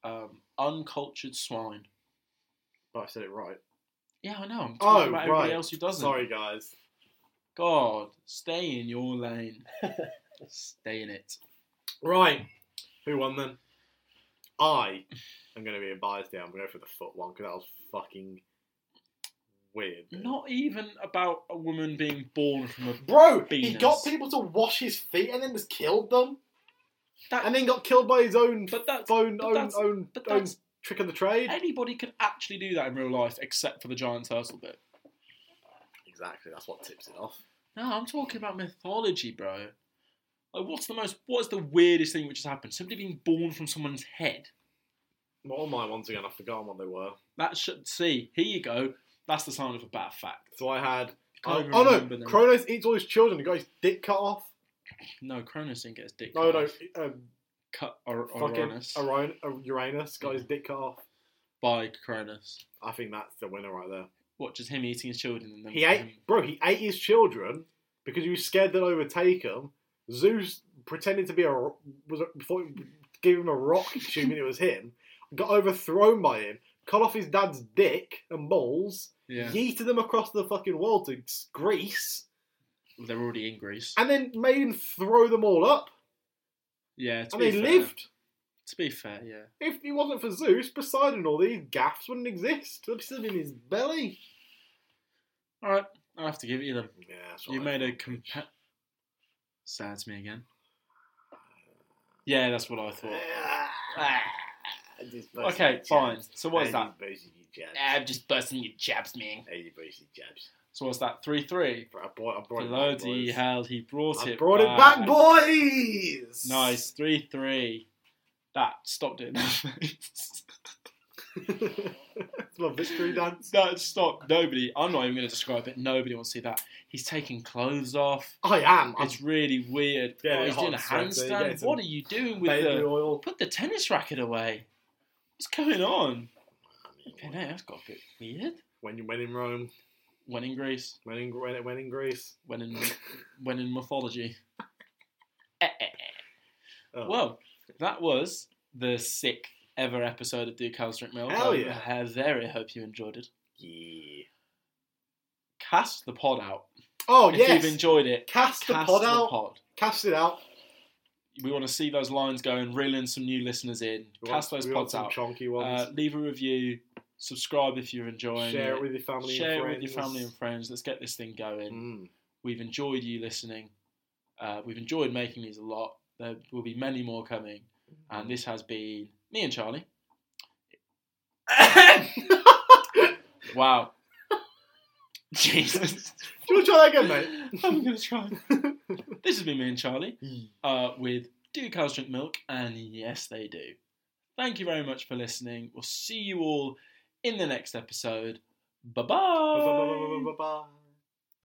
Speaker 4: um, uncultured swine.
Speaker 3: But I said it right.
Speaker 4: Yeah, I know. I'm talking
Speaker 3: Oh,
Speaker 4: about everybody
Speaker 3: right.
Speaker 4: else who doesn't.
Speaker 3: Sorry, guys.
Speaker 4: God, stay in your lane. stay in it.
Speaker 3: Right, who won then? I am going to be advised now. I'm going to go for the foot one because that was fucking weird. dude.
Speaker 4: Not even about a woman being born from a.
Speaker 3: Bro, he
Speaker 4: Venus.
Speaker 3: got people to wash his feet and then just killed them,
Speaker 4: That-
Speaker 3: and then got killed by his own
Speaker 4: But that's
Speaker 3: own
Speaker 4: but
Speaker 3: own
Speaker 4: that's-
Speaker 3: own,
Speaker 4: but
Speaker 3: own
Speaker 4: that's-
Speaker 3: trick of the trade.
Speaker 4: anybody could actually do that in real life, except for the giant turtle bit.
Speaker 3: Exactly, that's what tips it off.
Speaker 4: No, I'm talking about mythology, bro. Like, what's the most? What's the weirdest thing which has happened? Somebody being born from someone's head.
Speaker 3: What are mine once again? I've forgotten what they were.
Speaker 4: That should see. Here you go. That's the sign of a bad fact.
Speaker 3: So I had.
Speaker 4: Can't
Speaker 3: Oh,
Speaker 4: even
Speaker 3: oh
Speaker 4: remember
Speaker 3: no,
Speaker 4: them.
Speaker 3: Kronos eats all his children. He got his dick cut off.
Speaker 4: No, Cronus didn't get his dick.
Speaker 3: No,
Speaker 4: cut
Speaker 3: no,
Speaker 4: off.
Speaker 3: um,
Speaker 4: Cut or,
Speaker 3: fucking
Speaker 4: Uranus
Speaker 3: Orion, uh, Uranus got his dick cut off.
Speaker 4: by Cronus.
Speaker 3: I think that's the winner right there.
Speaker 4: Watches him eating his children and then
Speaker 3: He ate, bro. He ate his children because he was scared they'd overtake him. Zeus pretended to be a ro- was a, thought, gave him a rock, assuming it was him. Got overthrown by him. Cut off his dad's dick and balls.
Speaker 4: Yeah,
Speaker 3: Yeeted them across the fucking world to Greece,
Speaker 4: they're already in Greece.
Speaker 3: and then made him throw them all up.
Speaker 4: Yeah, to
Speaker 3: and
Speaker 4: be
Speaker 3: they
Speaker 4: fair.
Speaker 3: lived.
Speaker 4: To be fair, yeah.
Speaker 3: If it wasn't for Zeus, Poseidon, and all these gaffs wouldn't exist. They'd be sitting in his belly.
Speaker 4: All right, I have to give you them.
Speaker 3: Yeah, that's
Speaker 4: You made a compa- Sad to me again. Yeah, that's what I thought.
Speaker 3: Ah.
Speaker 4: Okay, fine. So what is that?
Speaker 3: Basically, jabs.
Speaker 5: I'm just busting your jabs, man.
Speaker 3: Hey, basically jabs.
Speaker 4: So what's that? Three three.
Speaker 3: I brought, I brought
Speaker 4: Bloody
Speaker 3: it back, boys.
Speaker 4: hell! He brought
Speaker 3: I
Speaker 4: it.
Speaker 3: brought it back, boys.
Speaker 4: Nice three three. That stopped it.
Speaker 3: it's my victory dance.
Speaker 4: that stopped. Nobody. I'm not even going to describe it. Nobody wants to see that. He's taking clothes off.
Speaker 3: I am. I'm
Speaker 4: It's really weird.
Speaker 3: Yeah,
Speaker 4: oh, he's
Speaker 3: hot
Speaker 4: doing a
Speaker 3: and sweaty,
Speaker 4: handstand.
Speaker 3: getting
Speaker 4: What are you doing with
Speaker 3: baby
Speaker 4: the?
Speaker 3: oil.
Speaker 4: Put the tennis racket away. What's going on? Yeah, that's got a bit weird.
Speaker 3: When you when in Rome,
Speaker 4: When in Greece,
Speaker 3: when in when, when in Greece.
Speaker 4: when in when in mythology. Eh,
Speaker 3: Oh.
Speaker 4: Well, that was the sick ever episode of Do Cows Drink Milk.
Speaker 3: Hell
Speaker 4: I
Speaker 3: yeah.
Speaker 4: ha- very hope you enjoyed it.
Speaker 3: yeah.
Speaker 4: Cast the pod out.
Speaker 3: Oh
Speaker 4: if
Speaker 3: yes.
Speaker 4: you've enjoyed it,
Speaker 3: cast the
Speaker 4: cast
Speaker 3: pod
Speaker 4: the
Speaker 3: out.
Speaker 4: pod.
Speaker 3: Cast it out.
Speaker 4: We want to see those lines going, reel in some new listeners in.
Speaker 3: We
Speaker 4: cast
Speaker 3: want-
Speaker 4: those
Speaker 3: we want
Speaker 4: pods
Speaker 3: some
Speaker 4: out.
Speaker 3: Chunky
Speaker 4: Uh,
Speaker 3: ones.
Speaker 4: leave a review. Subscribe if you're enjoying
Speaker 3: Share
Speaker 4: it.
Speaker 3: it with your family.
Speaker 4: Share
Speaker 3: and
Speaker 4: it
Speaker 3: friends.
Speaker 4: with your family and friends. Let's get this thing going.
Speaker 3: Mm.
Speaker 4: We've enjoyed you listening. Uh, we've enjoyed making these a lot. There will be many more coming. And this has been me and Charlie. wow. Jesus.
Speaker 3: Do you want to try that again, mate?
Speaker 4: I'm going to try. this has been me and Charlie uh, with Do Cows Drink Milk? And yes, they do. Thank you very much for listening. We'll see you all in the next episode. Bye bye.
Speaker 3: Ba-ba-ba-ba-ba-ba.